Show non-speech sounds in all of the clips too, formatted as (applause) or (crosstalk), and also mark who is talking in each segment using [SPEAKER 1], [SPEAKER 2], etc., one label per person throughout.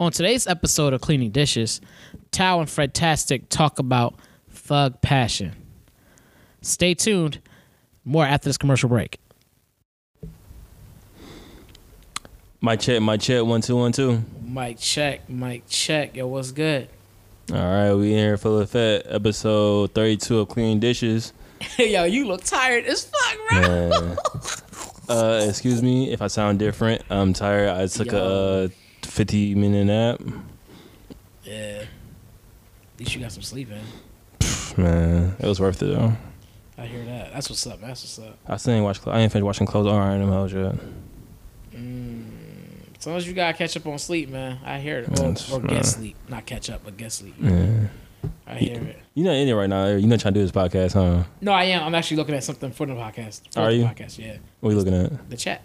[SPEAKER 1] On today's episode of Cleaning Dishes, Tao and Fantastic talk about thug passion. Stay tuned. More after this commercial break.
[SPEAKER 2] My check, my check, one, two, one, two.
[SPEAKER 1] Mike check, Mike check. Yo, what's good? (laughs)
[SPEAKER 2] All right, we in here full effect. Episode 32 of
[SPEAKER 1] (laughs)
[SPEAKER 2] Clean Dishes.
[SPEAKER 1] Yo, you look tired as fuck, bro.
[SPEAKER 2] Uh, uh, excuse me if I sound different. I'm tired. I took a uh, 50 minute nap.
[SPEAKER 1] Yeah. At least you got some sleep in.
[SPEAKER 2] Man, it was worth it though.
[SPEAKER 1] I hear that. That's what's up. That's what's up.
[SPEAKER 2] I still ain't watch. I ain't finished watching Close Iron them hoes yet.
[SPEAKER 1] As long as you gotta catch up on sleep, man. I hear it. Or,
[SPEAKER 2] That's
[SPEAKER 1] or
[SPEAKER 2] fine.
[SPEAKER 1] get sleep. Not catch up, but get sleep.
[SPEAKER 2] Yeah.
[SPEAKER 1] I hear it.
[SPEAKER 2] You not in it right now. You not trying to do this podcast, huh?
[SPEAKER 1] No, I am. I'm actually looking at something for the podcast. For
[SPEAKER 2] Are
[SPEAKER 1] the
[SPEAKER 2] you?
[SPEAKER 1] Podcast, yeah.
[SPEAKER 2] What are you looking at?
[SPEAKER 1] The chat.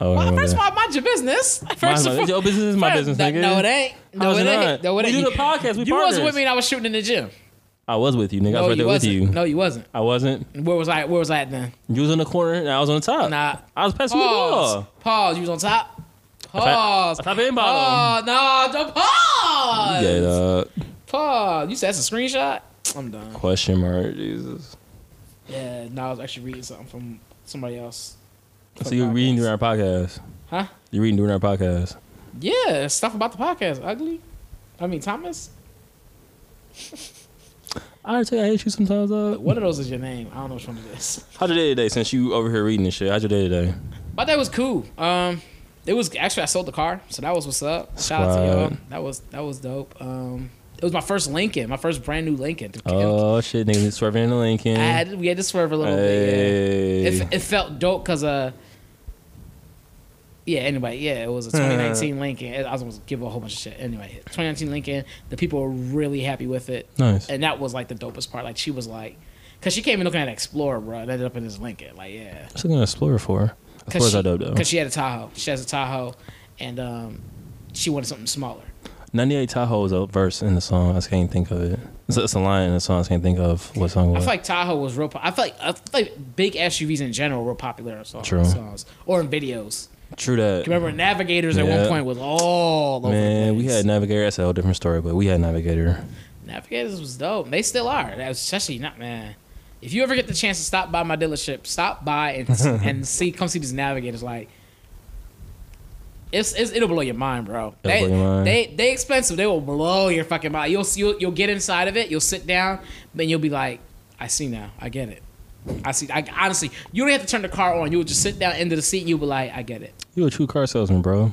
[SPEAKER 2] Oh,
[SPEAKER 1] Well,
[SPEAKER 2] my
[SPEAKER 1] first of
[SPEAKER 2] bad.
[SPEAKER 1] all, mind your business. First
[SPEAKER 2] Mine-
[SPEAKER 1] of all,
[SPEAKER 2] your business is my
[SPEAKER 1] first-
[SPEAKER 2] business,
[SPEAKER 1] that-
[SPEAKER 2] nigga.
[SPEAKER 1] No, it ain't. No,
[SPEAKER 2] How's
[SPEAKER 1] it
[SPEAKER 2] it
[SPEAKER 1] ain't.
[SPEAKER 2] not?
[SPEAKER 1] No, it
[SPEAKER 2] We
[SPEAKER 1] ain't.
[SPEAKER 2] do the podcast. We
[SPEAKER 1] you wasn't
[SPEAKER 2] partners.
[SPEAKER 1] with me, and I was shooting in the gym.
[SPEAKER 2] I was with you, nigga. I
[SPEAKER 1] No,
[SPEAKER 2] was right
[SPEAKER 1] you
[SPEAKER 2] there with
[SPEAKER 1] wasn't.
[SPEAKER 2] you.
[SPEAKER 1] No, you wasn't.
[SPEAKER 2] I wasn't.
[SPEAKER 1] Where was I? Where was I at then?
[SPEAKER 2] You was on the corner and I was on the top.
[SPEAKER 1] Nah.
[SPEAKER 2] I Uh, was passing you the
[SPEAKER 1] Pause.
[SPEAKER 2] ball.
[SPEAKER 1] Pause. You was on top.
[SPEAKER 2] I
[SPEAKER 1] Pause.
[SPEAKER 2] top in bottom.
[SPEAKER 1] Pause. No, don't pause.
[SPEAKER 2] Yeah, dog.
[SPEAKER 1] Pause. You said that's a screenshot. I'm done.
[SPEAKER 2] Question mark, Jesus.
[SPEAKER 1] Yeah. No, I was actually reading something from somebody else.
[SPEAKER 2] So you're reading during our podcast.
[SPEAKER 1] Huh?
[SPEAKER 2] You're reading during our podcast.
[SPEAKER 1] Yeah, stuff about the podcast. Ugly. I mean, Thomas.
[SPEAKER 2] I tell you, I hate you sometimes, dog.
[SPEAKER 1] One of those is your name. I don't know which one it is.
[SPEAKER 2] How's your day today since you over here reading this shit? How's your day today?
[SPEAKER 1] But that was cool. Um, it was actually I sold the car, so that was what's up. Shout out to y'all. That was that was dope. Um, it was my first Lincoln, my first brand new Lincoln.
[SPEAKER 2] Oh, shit, nigga. Swerving in the Lincoln.
[SPEAKER 1] I had we had to swerve a little bit. Yeah.
[SPEAKER 2] Hey.
[SPEAKER 1] It, it felt dope because uh, yeah. Anyway, yeah, it was a 2019 Lincoln. I was gonna give a whole bunch of shit. Anyway, 2019 Lincoln. The people were really happy with it,
[SPEAKER 2] Nice.
[SPEAKER 1] and that was like the dopest part. Like she was like, because she came in looking at Explorer, bro, and ended up in this Lincoln. Like yeah.
[SPEAKER 2] What's it gonna explore for?
[SPEAKER 1] Cause
[SPEAKER 2] Explorer's
[SPEAKER 1] she,
[SPEAKER 2] are dope, though.
[SPEAKER 1] 'cause she had a Tahoe. She has a Tahoe, and um, she wanted something smaller.
[SPEAKER 2] 98 Tahoe is a verse in the song. I just can't think of it. It's, it's a line in the song. I just can't think of what song it
[SPEAKER 1] I
[SPEAKER 2] was.
[SPEAKER 1] feel like Tahoe was real. Po- I feel like I feel like big SUVs in general were popular in songs,
[SPEAKER 2] True.
[SPEAKER 1] songs or in videos.
[SPEAKER 2] True that.
[SPEAKER 1] Remember, Navigators at one
[SPEAKER 2] Yeah.
[SPEAKER 1] point was all over the
[SPEAKER 2] Man,
[SPEAKER 1] place.
[SPEAKER 2] we had Navigator. That's a whole different story, but we had Navigator.
[SPEAKER 1] Navigators was dope. They still are. That was especially not man. If you ever get the chance to stop by my dealership, stop by and
[SPEAKER 2] (laughs)
[SPEAKER 1] and see, come see these Navigators. Like, it's, it's it'll blow your mind, bro.
[SPEAKER 2] It'll
[SPEAKER 1] they,
[SPEAKER 2] blow your mind.
[SPEAKER 1] they they expensive. They will blow your fucking mind. You'll see. You'll, you'll get inside of it. You'll sit down, then you'll be like, I see now. I get it. I see. I honestly, you don't have to turn the car on. You'll just sit down into the seat. and You'll be like, I get it.
[SPEAKER 2] You a true car salesman, bro.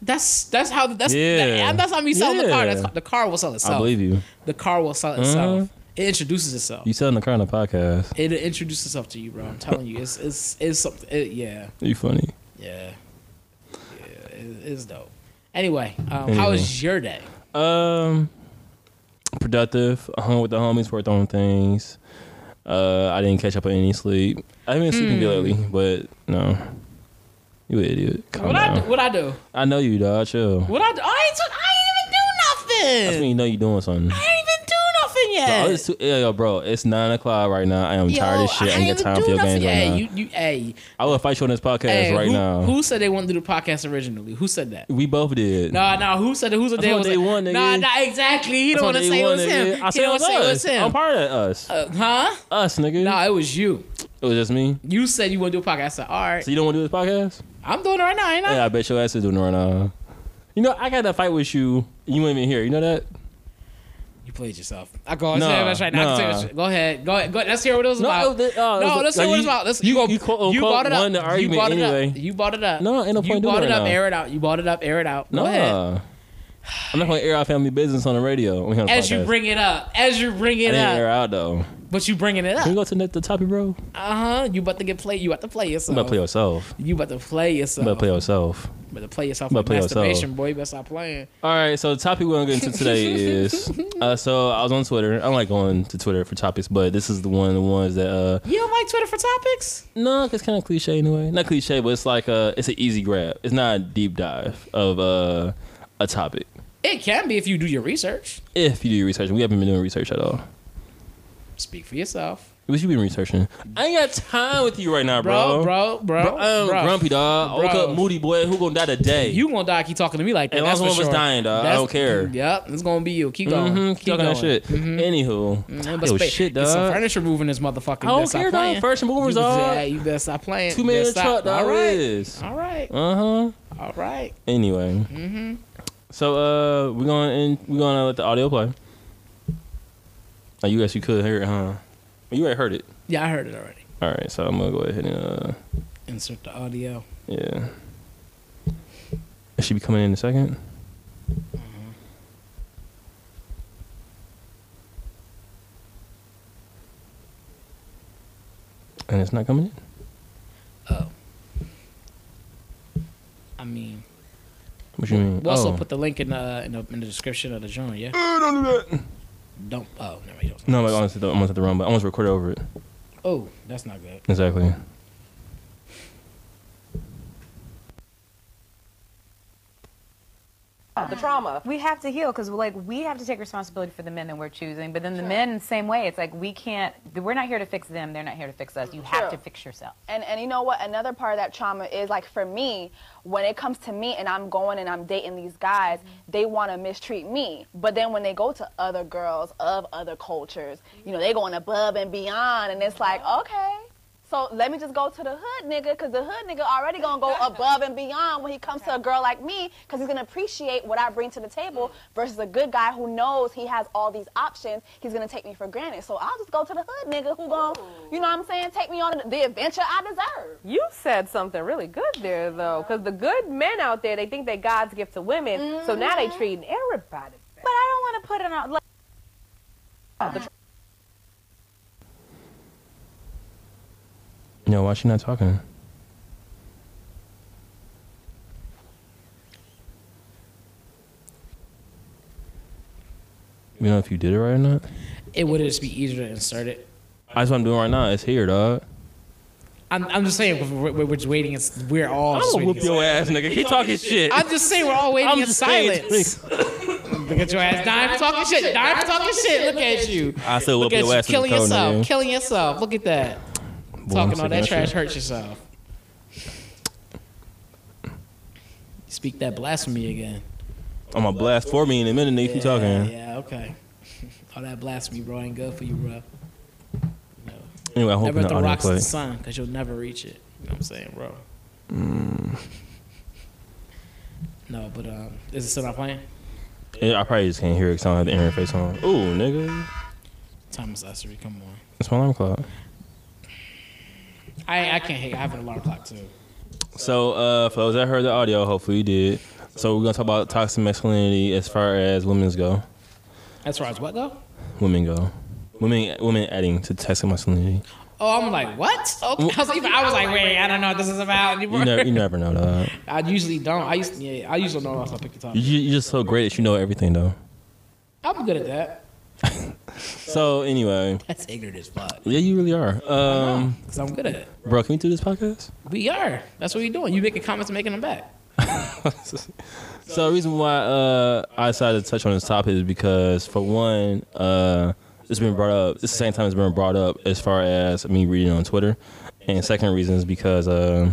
[SPEAKER 1] That's that's how that's
[SPEAKER 2] Yeah.
[SPEAKER 1] that- that's how we sell the car.
[SPEAKER 2] Yeah.
[SPEAKER 1] That's, the car will sell itself
[SPEAKER 2] I believe you.
[SPEAKER 1] the car will sell itself. It introduces itself.
[SPEAKER 2] You selling the car on the podcast.
[SPEAKER 1] It'll introduce itself to you, bro. I'm telling you, it's it's it's something. It, yeah,
[SPEAKER 2] You funny.
[SPEAKER 1] yeah, yeah. It, it's dope. Anyway, um, how was your day?
[SPEAKER 2] Um, productive. Hung with the homies, worked on things. Uh, I didn't catch up on any sleep. I haven't been
[SPEAKER 1] Hmm.
[SPEAKER 2] sleeping good lately, but no. You an idiot. Calm
[SPEAKER 1] What I
[SPEAKER 2] down.
[SPEAKER 1] do, what I do?
[SPEAKER 2] I know you, dog. Chill.
[SPEAKER 1] What I do? I ain't, do- I ain't even do
[SPEAKER 2] That's when
[SPEAKER 1] nothing.
[SPEAKER 2] you know you're doing something.
[SPEAKER 1] I ain't even do nothing
[SPEAKER 2] Oh,
[SPEAKER 1] yet.
[SPEAKER 2] it's too, yeah, yo, bro, it's nine o'clock right now. I am tired of
[SPEAKER 1] Yo,
[SPEAKER 2] shit. I ain't got
[SPEAKER 1] even
[SPEAKER 2] time
[SPEAKER 1] do
[SPEAKER 2] for your
[SPEAKER 1] nothing
[SPEAKER 2] games right
[SPEAKER 1] yet. Hey,
[SPEAKER 2] now.
[SPEAKER 1] you, you, hey,
[SPEAKER 2] I will fight you on this podcast
[SPEAKER 1] hey,
[SPEAKER 2] right
[SPEAKER 1] who,
[SPEAKER 2] now.
[SPEAKER 1] Who said they wanted to do the podcast originally? Who said that?
[SPEAKER 2] we both did.
[SPEAKER 1] Nah, nah. Who said it? Who's the
[SPEAKER 2] That's
[SPEAKER 1] day
[SPEAKER 2] what
[SPEAKER 1] was
[SPEAKER 2] they
[SPEAKER 1] like,
[SPEAKER 2] want, nigga.
[SPEAKER 1] Nah, nah. Exactly. He don't want to say it was him.
[SPEAKER 2] I
[SPEAKER 1] he
[SPEAKER 2] said
[SPEAKER 1] don't
[SPEAKER 2] it
[SPEAKER 1] want
[SPEAKER 2] was
[SPEAKER 1] to say it
[SPEAKER 2] us.
[SPEAKER 1] was him.
[SPEAKER 2] I'm part of us.
[SPEAKER 1] Uh, huh?
[SPEAKER 2] us, nigga.
[SPEAKER 1] No, it was you.
[SPEAKER 2] It was just me.
[SPEAKER 1] You said you want to do a podcast. I said, all right.
[SPEAKER 2] So you don't want to do this podcast?
[SPEAKER 1] I'm doing it right now, ain't I?
[SPEAKER 2] Yeah, I bet your ass is doing it right now. You know, I got that fight with you. You weren't even here. You know that?
[SPEAKER 1] You played yourself. I go,
[SPEAKER 2] Nah,
[SPEAKER 1] nah, that's right. Nah. I can
[SPEAKER 2] nah.
[SPEAKER 1] say that's right. Go ahead. Go ahead. Go, let's hear what it was about.
[SPEAKER 2] it was- uh, it
[SPEAKER 1] no,
[SPEAKER 2] was-
[SPEAKER 1] let's
[SPEAKER 2] like,
[SPEAKER 1] hear what
[SPEAKER 2] you-
[SPEAKER 1] it's about. Let's,
[SPEAKER 2] you,
[SPEAKER 1] go-
[SPEAKER 2] you, quote, unquote,
[SPEAKER 1] brought it up.
[SPEAKER 2] won the
[SPEAKER 1] you
[SPEAKER 2] argument
[SPEAKER 1] brought it
[SPEAKER 2] anyway.
[SPEAKER 1] up. You brought it up.
[SPEAKER 2] No, ain't
[SPEAKER 1] you
[SPEAKER 2] no point in doing
[SPEAKER 1] brought
[SPEAKER 2] it
[SPEAKER 1] it up.
[SPEAKER 2] right now.
[SPEAKER 1] Air it out. You brought it up. Air it out. Go ahead.
[SPEAKER 2] Nah. I'm not going to air out family business on the radio. when we on the
[SPEAKER 1] As you
[SPEAKER 2] podcast.
[SPEAKER 1] bring it up. As you bring
[SPEAKER 2] I
[SPEAKER 1] it
[SPEAKER 2] didn't air
[SPEAKER 1] up.
[SPEAKER 2] out, though.
[SPEAKER 1] But you bringing it
[SPEAKER 2] Can we
[SPEAKER 1] up.
[SPEAKER 2] go to the, the topic, bro?
[SPEAKER 1] Uh huh. You about to get played. You about to play
[SPEAKER 2] You
[SPEAKER 1] yourself.
[SPEAKER 2] better play yourself.
[SPEAKER 1] You about to play
[SPEAKER 2] You
[SPEAKER 1] yourself.
[SPEAKER 2] better play yourself.
[SPEAKER 1] Better play yourself.
[SPEAKER 2] Better
[SPEAKER 1] with
[SPEAKER 2] play yourself.
[SPEAKER 1] masturbation, boy. You better stop playing.
[SPEAKER 2] All right, so the topic we're gonna get into today is
[SPEAKER 1] (laughs)
[SPEAKER 2] uh, so I was on Twitter. I don't like going to Twitter for topics, but this is the one of the ones that uh
[SPEAKER 1] You don't like Twitter for topics?
[SPEAKER 2] no, 'cause it's kind of cliche in a way. Not cliche, but it's like uh it's an easy grab. It's not a deep dive of uh a topic.
[SPEAKER 1] It can be if you do your research.
[SPEAKER 2] If you do your research, we haven't been doing research at all.
[SPEAKER 1] Speak for yourself.
[SPEAKER 2] What you been researching? I ain't got time with you right now,
[SPEAKER 1] bro,
[SPEAKER 2] bro.
[SPEAKER 1] bro, bro, bro.
[SPEAKER 2] I'm grumpy, dog. I woke
[SPEAKER 1] Bro.
[SPEAKER 2] up moody, boy. Who gonna die today?
[SPEAKER 1] You gonna die? Keep talking to me like that.
[SPEAKER 2] And
[SPEAKER 1] that's for
[SPEAKER 2] also one was
[SPEAKER 1] sure.
[SPEAKER 2] dying, dog. I
[SPEAKER 1] That's-
[SPEAKER 2] don't care.
[SPEAKER 1] Yep, it's gonna be you. Keep going.
[SPEAKER 2] mm-hmm,
[SPEAKER 1] Keep
[SPEAKER 2] keep talking
[SPEAKER 1] going.
[SPEAKER 2] that shit. Anywho,
[SPEAKER 1] Mm,
[SPEAKER 2] yo,
[SPEAKER 1] but spa-
[SPEAKER 2] shit,
[SPEAKER 1] Get some
[SPEAKER 2] dog.
[SPEAKER 1] furniture moving this motherfucker.
[SPEAKER 2] I
[SPEAKER 1] You
[SPEAKER 2] don't
[SPEAKER 1] better stop
[SPEAKER 2] care, dog.
[SPEAKER 1] playing.
[SPEAKER 2] First and movers,
[SPEAKER 1] you,
[SPEAKER 2] dog.
[SPEAKER 1] Yeah, you better stop playing.
[SPEAKER 2] Two
[SPEAKER 1] You
[SPEAKER 2] man
[SPEAKER 1] better stop.
[SPEAKER 2] truck, dog.
[SPEAKER 1] All right.
[SPEAKER 2] Uh
[SPEAKER 1] All right.
[SPEAKER 2] huh.
[SPEAKER 1] All right.
[SPEAKER 2] Uh-huh.
[SPEAKER 1] Mm-hmm.
[SPEAKER 2] Anyway, so uh, we're gonna end, we're gonna let the audio play. Oh, you guys, you could hear it, huh? You already heard it.
[SPEAKER 1] Yeah, I heard it already.
[SPEAKER 2] All right, so I'm gonna go ahead and uh,
[SPEAKER 1] Insert the audio.
[SPEAKER 2] yeah. It should be coming in a second. Mm-hmm. And it's not coming in.
[SPEAKER 1] Oh. I mean,
[SPEAKER 2] What you mean?
[SPEAKER 1] we'll also
[SPEAKER 2] Oh.
[SPEAKER 1] put the link in the in the, in the description of the joint. Yeah.
[SPEAKER 2] Uh, don't do that.
[SPEAKER 1] Don't. Oh, never. mind, Don't.
[SPEAKER 2] No, like honestly, though, I'm gonna have to run, but I almost record over it.
[SPEAKER 1] Oh, that's not good.
[SPEAKER 2] Exactly.
[SPEAKER 3] the trauma.
[SPEAKER 4] Mm. We have to heal because, like, we have to take responsibility for the men that we're choosing. But then the men, same way, it's like we can't. We're not here to fix them. They're not here to fix us. You have to
[SPEAKER 3] True.
[SPEAKER 4] fix yourself.
[SPEAKER 3] And and you know what? Another part of that trauma is like for me, when it comes to me and I'm going and I'm dating these guys, they want to mistreat me. But then when they go to other girls of other cultures, you know, they going above and beyond, and it's like, okay. So let me just go to the hood nigga, cause the hood nigga already gonna go above and beyond when he comes to a girl like me, cause he's gonna appreciate what I bring to the table versus a good guy who knows he has all these options. He's gonna take me for granted. So I'll just go to the hood nigga who gon' you know what I'm saying, take me on the adventure I deserve.
[SPEAKER 5] You said something really good there, though, because the good men out there, they think they God's gift to women, so now
[SPEAKER 4] Mm-hmm.
[SPEAKER 5] they treating everybody.
[SPEAKER 4] But I don't want to put it on. Like,
[SPEAKER 2] No, why she not talking? You know if you did it right or not?
[SPEAKER 1] It would just be easier to insert it.
[SPEAKER 2] That's what I'm doing right now. It's here, dog.
[SPEAKER 1] I'm, I'm just saying we're, we're, we're just waiting. It's, we're all.
[SPEAKER 2] I'm
[SPEAKER 1] just
[SPEAKER 2] gonna
[SPEAKER 1] waiting.
[SPEAKER 2] whoop your ass, nigga. Keep talking shit.
[SPEAKER 1] I'm just saying we're all waiting
[SPEAKER 2] I'm
[SPEAKER 1] in
[SPEAKER 2] just saying,
[SPEAKER 1] silence.
[SPEAKER 2] (laughs)
[SPEAKER 1] Look at your ass. Dime for talking shit. Dime for talking shit. Look at you.
[SPEAKER 2] I still
[SPEAKER 1] Look at
[SPEAKER 2] whoop your
[SPEAKER 1] you
[SPEAKER 2] ass.
[SPEAKER 1] killing
[SPEAKER 2] in the
[SPEAKER 1] yourself.
[SPEAKER 2] cold,
[SPEAKER 1] Killing yourself. Look at that.
[SPEAKER 2] nigga. Boy, I'm
[SPEAKER 1] Talking
[SPEAKER 2] sick
[SPEAKER 1] all
[SPEAKER 2] of
[SPEAKER 1] that
[SPEAKER 2] shit.
[SPEAKER 1] trash hurts yourself. Speak that blasphemy again.
[SPEAKER 2] I'm gonna blast for me in a minute, nigga. Keep talking.
[SPEAKER 1] Yeah, okay. (laughs) All that blasphemy, bro, ain't good for you, bro.
[SPEAKER 2] Anyway,
[SPEAKER 1] Never
[SPEAKER 2] I'm hoping
[SPEAKER 1] at
[SPEAKER 2] the
[SPEAKER 1] the
[SPEAKER 2] audio
[SPEAKER 1] rocks to
[SPEAKER 2] play.
[SPEAKER 1] the sun, because you'll never reach it. You know what I'm saying, bro?
[SPEAKER 2] Mm.
[SPEAKER 1] No, but um, is it still not playing?
[SPEAKER 2] Yeah, I probably just can't hear it because I don't have the interface on. Ooh, nigga.
[SPEAKER 1] Thomas Essery, come on.
[SPEAKER 2] It's my alarm clock.
[SPEAKER 1] I I can't hate. I have an alarm clock too.
[SPEAKER 2] So, uh, for those that heard the audio, hopefully you did. So, we're gonna talk about toxic masculinity as far as women's go.
[SPEAKER 1] As far as what though?
[SPEAKER 2] Women go. Women, women adding to toxic masculinity.
[SPEAKER 1] Oh, I'm like, what? Okay. I was, even, I was like, wait, I don't know what this is about
[SPEAKER 2] You
[SPEAKER 1] anymore.
[SPEAKER 2] never, you never know, dog.
[SPEAKER 1] I usually don't. I used, yeah, I usually don't know unless I pick the topic.
[SPEAKER 2] You, you're just so great that you know everything, though.
[SPEAKER 1] I'm good at that.
[SPEAKER 2] So, anyway,
[SPEAKER 1] That's ignorant as fuck.
[SPEAKER 2] yeah, you really are. Um,
[SPEAKER 1] Because I'm good at it.
[SPEAKER 2] bro, can we do this podcast?
[SPEAKER 1] We are. That's what we're doing. You making comments and making them back.
[SPEAKER 2] So the reason why uh, I decided to touch on this topic is because for one, uh, it's been brought up. It's the same time it's been brought up as far as me reading on Twitter, and second reason is because uh,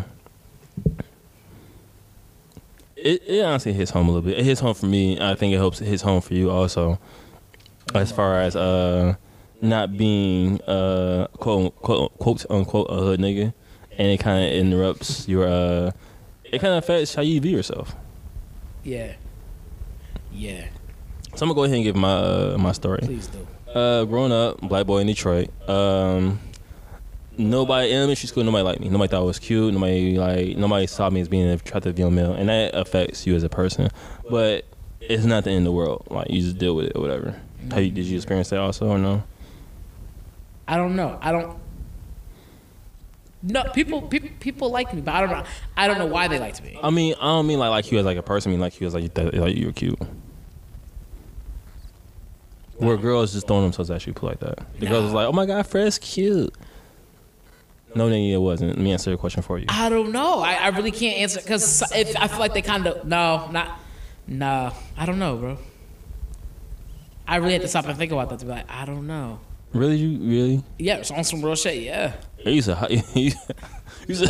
[SPEAKER 2] it, it honestly hits home a little bit. It hits home for me. and I think it helps it hits home for you also, as far as uh, not being uh, quote quote quote unquote a hood nigga, and it kind of interrupts your. Uh, it kind of affects how you view yourself.
[SPEAKER 1] Yeah. Yeah.
[SPEAKER 2] So I'm gonna go ahead and give my uh, my story.
[SPEAKER 1] Please do.
[SPEAKER 2] Uh, growing up, black boy in Detroit. Um, nobody in elementary school, nobody liked me. Nobody thought I was cute. Nobody like nobody saw me as being an attractive young male, and that affects you as a person. But it's not the end of the world. Like you just deal with it or whatever. How you, did you experience that also or no?
[SPEAKER 1] I don't know. I don't. No, people, people, people like me, but I don't know. I don't know why they liked me.
[SPEAKER 2] I mean, I don't mean like like you as like a person. I mean like you as like you th- like you were cute. Where girls just throwing themselves at you like that. The girls was like, "Oh my God, Fred's cute." No, nigga, it wasn't. Let me answer the question for you.
[SPEAKER 1] I don't know. I, I really can't answer because if I feel like they kind of no, not no. I don't know, bro. I really had to stop and think about that to be like, I don't know.
[SPEAKER 2] Really, you really?
[SPEAKER 1] Yeah, it's on some real shit. Yeah.
[SPEAKER 2] Yeah, you's a (laughs) hot, you's a,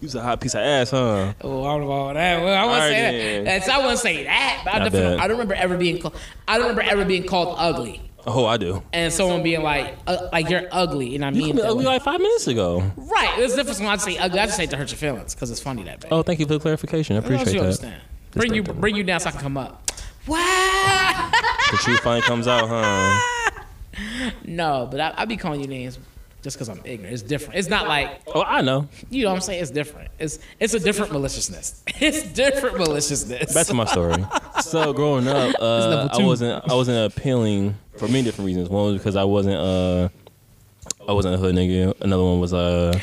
[SPEAKER 2] you's a hot piece of ass, huh?
[SPEAKER 1] Oh, I don't know about that. Well, I wouldn't say
[SPEAKER 2] Alright then.
[SPEAKER 1] that. That's- I wouldn't say that. But I,
[SPEAKER 2] I
[SPEAKER 1] definitely,
[SPEAKER 2] bet.
[SPEAKER 1] I don't remember ever being. Called, I don't remember ever being called ugly,
[SPEAKER 2] Oh, I do.
[SPEAKER 1] and someone being like, uh, like you're ugly, and I
[SPEAKER 2] You
[SPEAKER 1] mean
[SPEAKER 2] called me
[SPEAKER 1] that.
[SPEAKER 2] ugly
[SPEAKER 1] way.
[SPEAKER 2] like five minutes ago.
[SPEAKER 1] Right. It's different when I say ugly. I just hate to hurt your feelings because it's funny that bad.
[SPEAKER 2] Oh, thank you for the clarification. I
[SPEAKER 1] What else
[SPEAKER 2] appreciate
[SPEAKER 1] you
[SPEAKER 2] that.
[SPEAKER 1] understand? Bring you,
[SPEAKER 2] breakdown.
[SPEAKER 1] bring you down so I can come up. Wow.
[SPEAKER 2] The truth finally comes out, huh?
[SPEAKER 1] (laughs) No, but I, I be calling you names just because I'm ignorant. It's different. It's not like
[SPEAKER 2] Oh, I know.
[SPEAKER 1] you know what I'm saying. It's different. It's it's a different maliciousness. (laughs) It's different maliciousness.
[SPEAKER 2] Back to my story. (laughs) So growing up, uh,
[SPEAKER 1] level
[SPEAKER 2] I
[SPEAKER 1] two.
[SPEAKER 2] wasn't I wasn't appealing for many different reasons. One was because I wasn't uh I wasn't a hood nigga. Another one was uh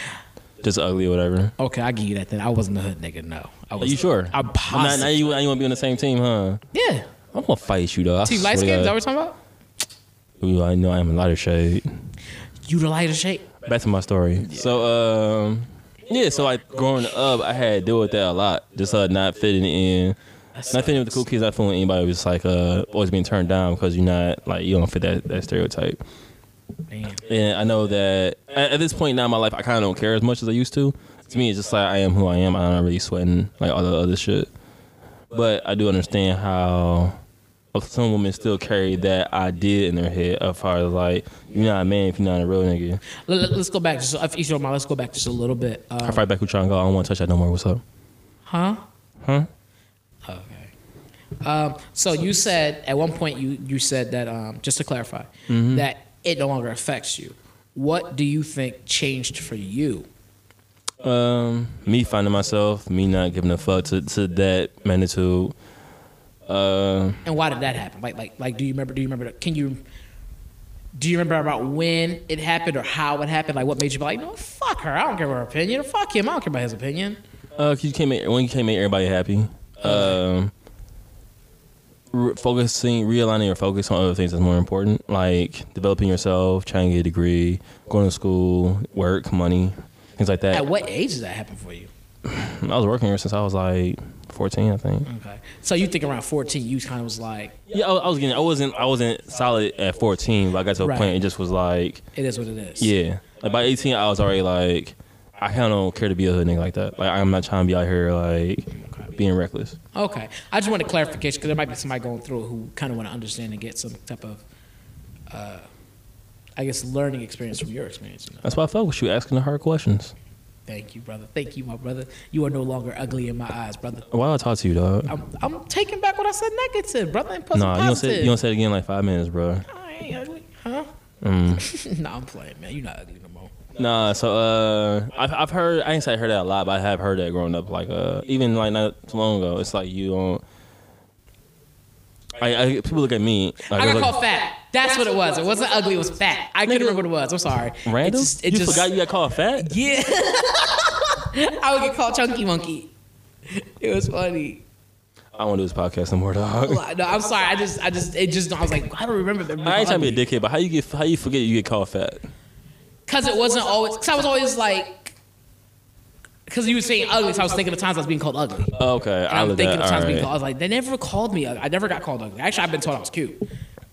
[SPEAKER 2] just ugly or whatever.
[SPEAKER 1] Okay, I give you that. Then I wasn't a hood nigga. No, I
[SPEAKER 2] Are
[SPEAKER 1] was.
[SPEAKER 2] you sure?
[SPEAKER 1] I'm
[SPEAKER 2] Now,
[SPEAKER 1] positive.
[SPEAKER 2] now you now you want to be on the same team, huh?
[SPEAKER 1] yeah.
[SPEAKER 2] I'm gonna fight you though. I
[SPEAKER 1] Team light skin. Is that
[SPEAKER 2] swear.
[SPEAKER 1] what we're talking about?
[SPEAKER 2] Ooh, I know I'm a lighter shade.
[SPEAKER 1] You the lighter shade.
[SPEAKER 2] Back to my story. So um yeah, so like growing up, I had to deal with that a lot. Just uh not fitting in. Not fitting with the cool kids, not fooling anybody. It was like uh always being turned down because you're not like you don't fit that, that stereotype.
[SPEAKER 1] Man.
[SPEAKER 2] And I know that at, at this point now in my life, I kind of don't care as much as I used to. To me, it's just like I am who I am. I'm not really sweating like all the other shit. But I do understand how uh, some women still carry that idea in their head as far as like you're not a man if you're not a real nigga.
[SPEAKER 1] Let, us go back. Just if you don't mind, let's go back just a little bit.
[SPEAKER 2] I
[SPEAKER 1] Um,
[SPEAKER 2] fight back with Chongo. I don't want to touch that no more. What's up?
[SPEAKER 1] huh?
[SPEAKER 2] Huh?
[SPEAKER 1] Okay. Um, so you said at one point you you said that um, just to clarify that it no longer affects you. What do you think changed for you?
[SPEAKER 2] Um, me finding myself, me not giving a fuck to, to that magnitude. Uh,
[SPEAKER 1] and why did that happen? Like, like, like, do you remember? Do you remember? Can you? Do you remember about when it happened or how it happened? Like, what made you be like, no, fuck her. I don't care about her opinion. Fuck him. I don't care about his opinion.
[SPEAKER 2] Uh, 'cause you can't make when you can't make everybody happy. Um, re- focusing, realigning your focus on other things that's more important, like developing yourself, trying to get a degree, going to school, work, money, things like that.
[SPEAKER 1] At what age does that happen for you?
[SPEAKER 2] I was working here since I was like fourteen, I think.
[SPEAKER 1] Okay. So you think around fourteen, you kind of was like,
[SPEAKER 2] Yeah, I, I was getting, I wasn't, I wasn't solid at fourteen, but I got to a
[SPEAKER 1] Right.
[SPEAKER 2] point it just was like,
[SPEAKER 1] it is what it is.
[SPEAKER 2] yeah. Like by eighteen, I was already like, I kind of don't care to be a hood nigga like that. Like I'm not trying to be out here like being reckless.
[SPEAKER 1] Okay. I just wanted clarification because there might be somebody going through who kind of want to understand and get some type of, uh, I guess, learning experience from your experience. You know?
[SPEAKER 2] That's why I felt with you asking the hard questions.
[SPEAKER 1] Thank you, brother. Thank you, my brother. You are no longer ugly in my eyes, brother.
[SPEAKER 2] Why do I talk to you, dog?
[SPEAKER 1] I'm, I'm taking back what I said negative, brother, and put
[SPEAKER 2] Nah,
[SPEAKER 1] some
[SPEAKER 2] you don't say
[SPEAKER 1] positive.
[SPEAKER 2] you don't say it again in like five minutes, bro.
[SPEAKER 1] I ain't ugly, huh? (laughs)
[SPEAKER 2] Mm.
[SPEAKER 1] nah, I'm playing, man. You're not ugly no more.
[SPEAKER 2] Nah, so uh, I've I've heard I ain't say I heard that a lot, but I have heard that growing up. Like uh, even like not too long ago, it's like you don't. I, I people look at me. Like,
[SPEAKER 1] I
[SPEAKER 2] they're
[SPEAKER 1] got
[SPEAKER 2] like,
[SPEAKER 1] called fat. That's what it was. It wasn't ugly. It was fat. I can't remember what it was. I'm sorry.
[SPEAKER 2] Random?
[SPEAKER 1] It just, it
[SPEAKER 2] you
[SPEAKER 1] just,
[SPEAKER 2] forgot you got called fat?
[SPEAKER 1] Yeah. (laughs) I would get called chunky monkey. It was funny.
[SPEAKER 2] I don't want to do this podcast no
[SPEAKER 1] (laughs)
[SPEAKER 2] more, dog.
[SPEAKER 1] No, I'm sorry. I just, I just, it just. I was like, I don't remember that.
[SPEAKER 2] I ain't trying
[SPEAKER 1] (laughs)
[SPEAKER 2] to be a dickhead, but how you get how you forget you get called fat?
[SPEAKER 1] Cause it wasn't always. Cause I was always like. Cause you were saying ugly, so I was thinking of times I was being called ugly.
[SPEAKER 2] Oh, Okay, I
[SPEAKER 1] I'm
[SPEAKER 2] live
[SPEAKER 1] thinking
[SPEAKER 2] that.
[SPEAKER 1] of times being
[SPEAKER 2] All
[SPEAKER 1] called. I was
[SPEAKER 2] right.
[SPEAKER 1] like, they never called me. ugly. I never got called ugly. Actually, I've been told I was cute,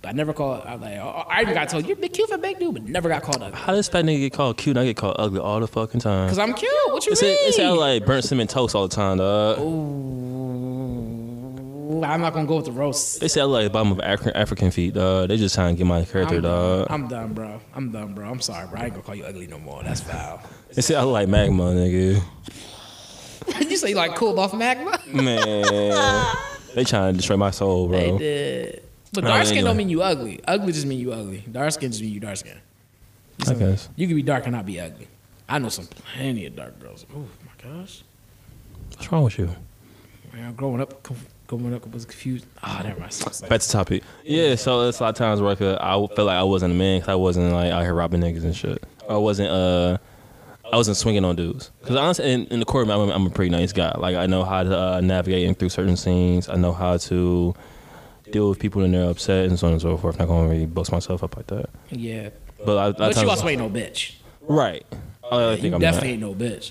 [SPEAKER 1] but I never called. I was like, oh, I even got told you're big cute for a big dude, but never got called ugly.
[SPEAKER 2] How does fat nigga get called cute? and I get called ugly all the fucking time.
[SPEAKER 1] Cause I'm cute. What you
[SPEAKER 2] It's
[SPEAKER 1] mean? Oh.
[SPEAKER 2] it, it's how like burnt cinnamon toast all the time, dog.
[SPEAKER 1] Ooh, I'm not gonna go with the roast.
[SPEAKER 2] They say I look like the bottom of African African feet, dog. They just trying to get my character,
[SPEAKER 1] I'm done.
[SPEAKER 2] dog.
[SPEAKER 1] I'm done, bro. I'm done, bro. I'm sorry, bro. I ain't gonna call you ugly no more. That's foul. (laughs)
[SPEAKER 2] They say I look like magma, nigga.
[SPEAKER 1] you say you like cool off magma?
[SPEAKER 2] Man, they trying to destroy my soul,
[SPEAKER 1] They
[SPEAKER 2] bro.
[SPEAKER 1] did. But
[SPEAKER 2] No,
[SPEAKER 1] dark skin
[SPEAKER 2] anyway.
[SPEAKER 1] don't mean you ugly. Ugly just mean you ugly. Dark skin just mean you dark skin. You
[SPEAKER 2] I
[SPEAKER 1] see what I'm
[SPEAKER 2] guess.
[SPEAKER 1] saying? You can be dark and not be ugly. I know some plenty of dark girls. Oh my gosh.
[SPEAKER 2] What's wrong with you?
[SPEAKER 1] Man, growing up, conf- growing up was confused. Ah, never mind. Stop saying
[SPEAKER 2] Back to topic. Yeah, so it's a lot of times where I, could, I felt like I wasn't a man because I wasn't like out here robbing niggas and shit. I wasn't uh, I wasn't swinging on dudes. Because honestly, in, in the court, I'm, I'm a pretty nice guy. Like I know how to uh, navigate in through certain scenes. I know how to deal with people when they're upset and so on and so forth. not gonna really bust myself up like that.
[SPEAKER 1] it. Yeah,
[SPEAKER 2] But, I,
[SPEAKER 1] but you also ain't no bitch.
[SPEAKER 2] Right. I think
[SPEAKER 1] You
[SPEAKER 2] I'm
[SPEAKER 1] definitely ain't no bitch.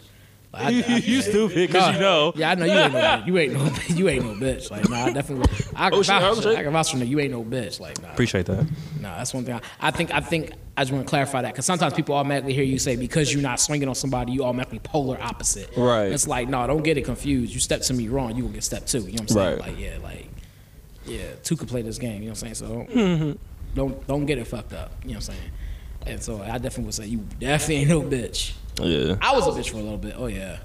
[SPEAKER 1] I,
[SPEAKER 2] (laughs) you stupid because you know.
[SPEAKER 1] Yeah, I know you ain't no bitch. You ain't no (laughs) you ain't no bitch. Like, nah, I definitely would. I can
[SPEAKER 2] Oh, shit, I
[SPEAKER 1] vouch,
[SPEAKER 2] was
[SPEAKER 1] for- I
[SPEAKER 2] like-
[SPEAKER 1] can vouch for that. You ain't no bitch. Like, nah,
[SPEAKER 2] Appreciate that.
[SPEAKER 1] nah, that's one thing. I, I think I think I just want to clarify that because sometimes people automatically hear you say because you're not swinging on somebody, you automatically polar opposite.
[SPEAKER 2] Right.
[SPEAKER 1] It's like, no, don't get it confused. You step to me wrong, you gonna get step two. You know what I'm saying?
[SPEAKER 2] Right.
[SPEAKER 1] Like, yeah, like, yeah, two can play this game. You know what I'm saying? So don't don't don't get it fucked up. You know what I'm saying? And so I definitely would say you definitely ain't no bitch.
[SPEAKER 2] Yeah.
[SPEAKER 1] I was a bitch for a little bit. Oh yeah.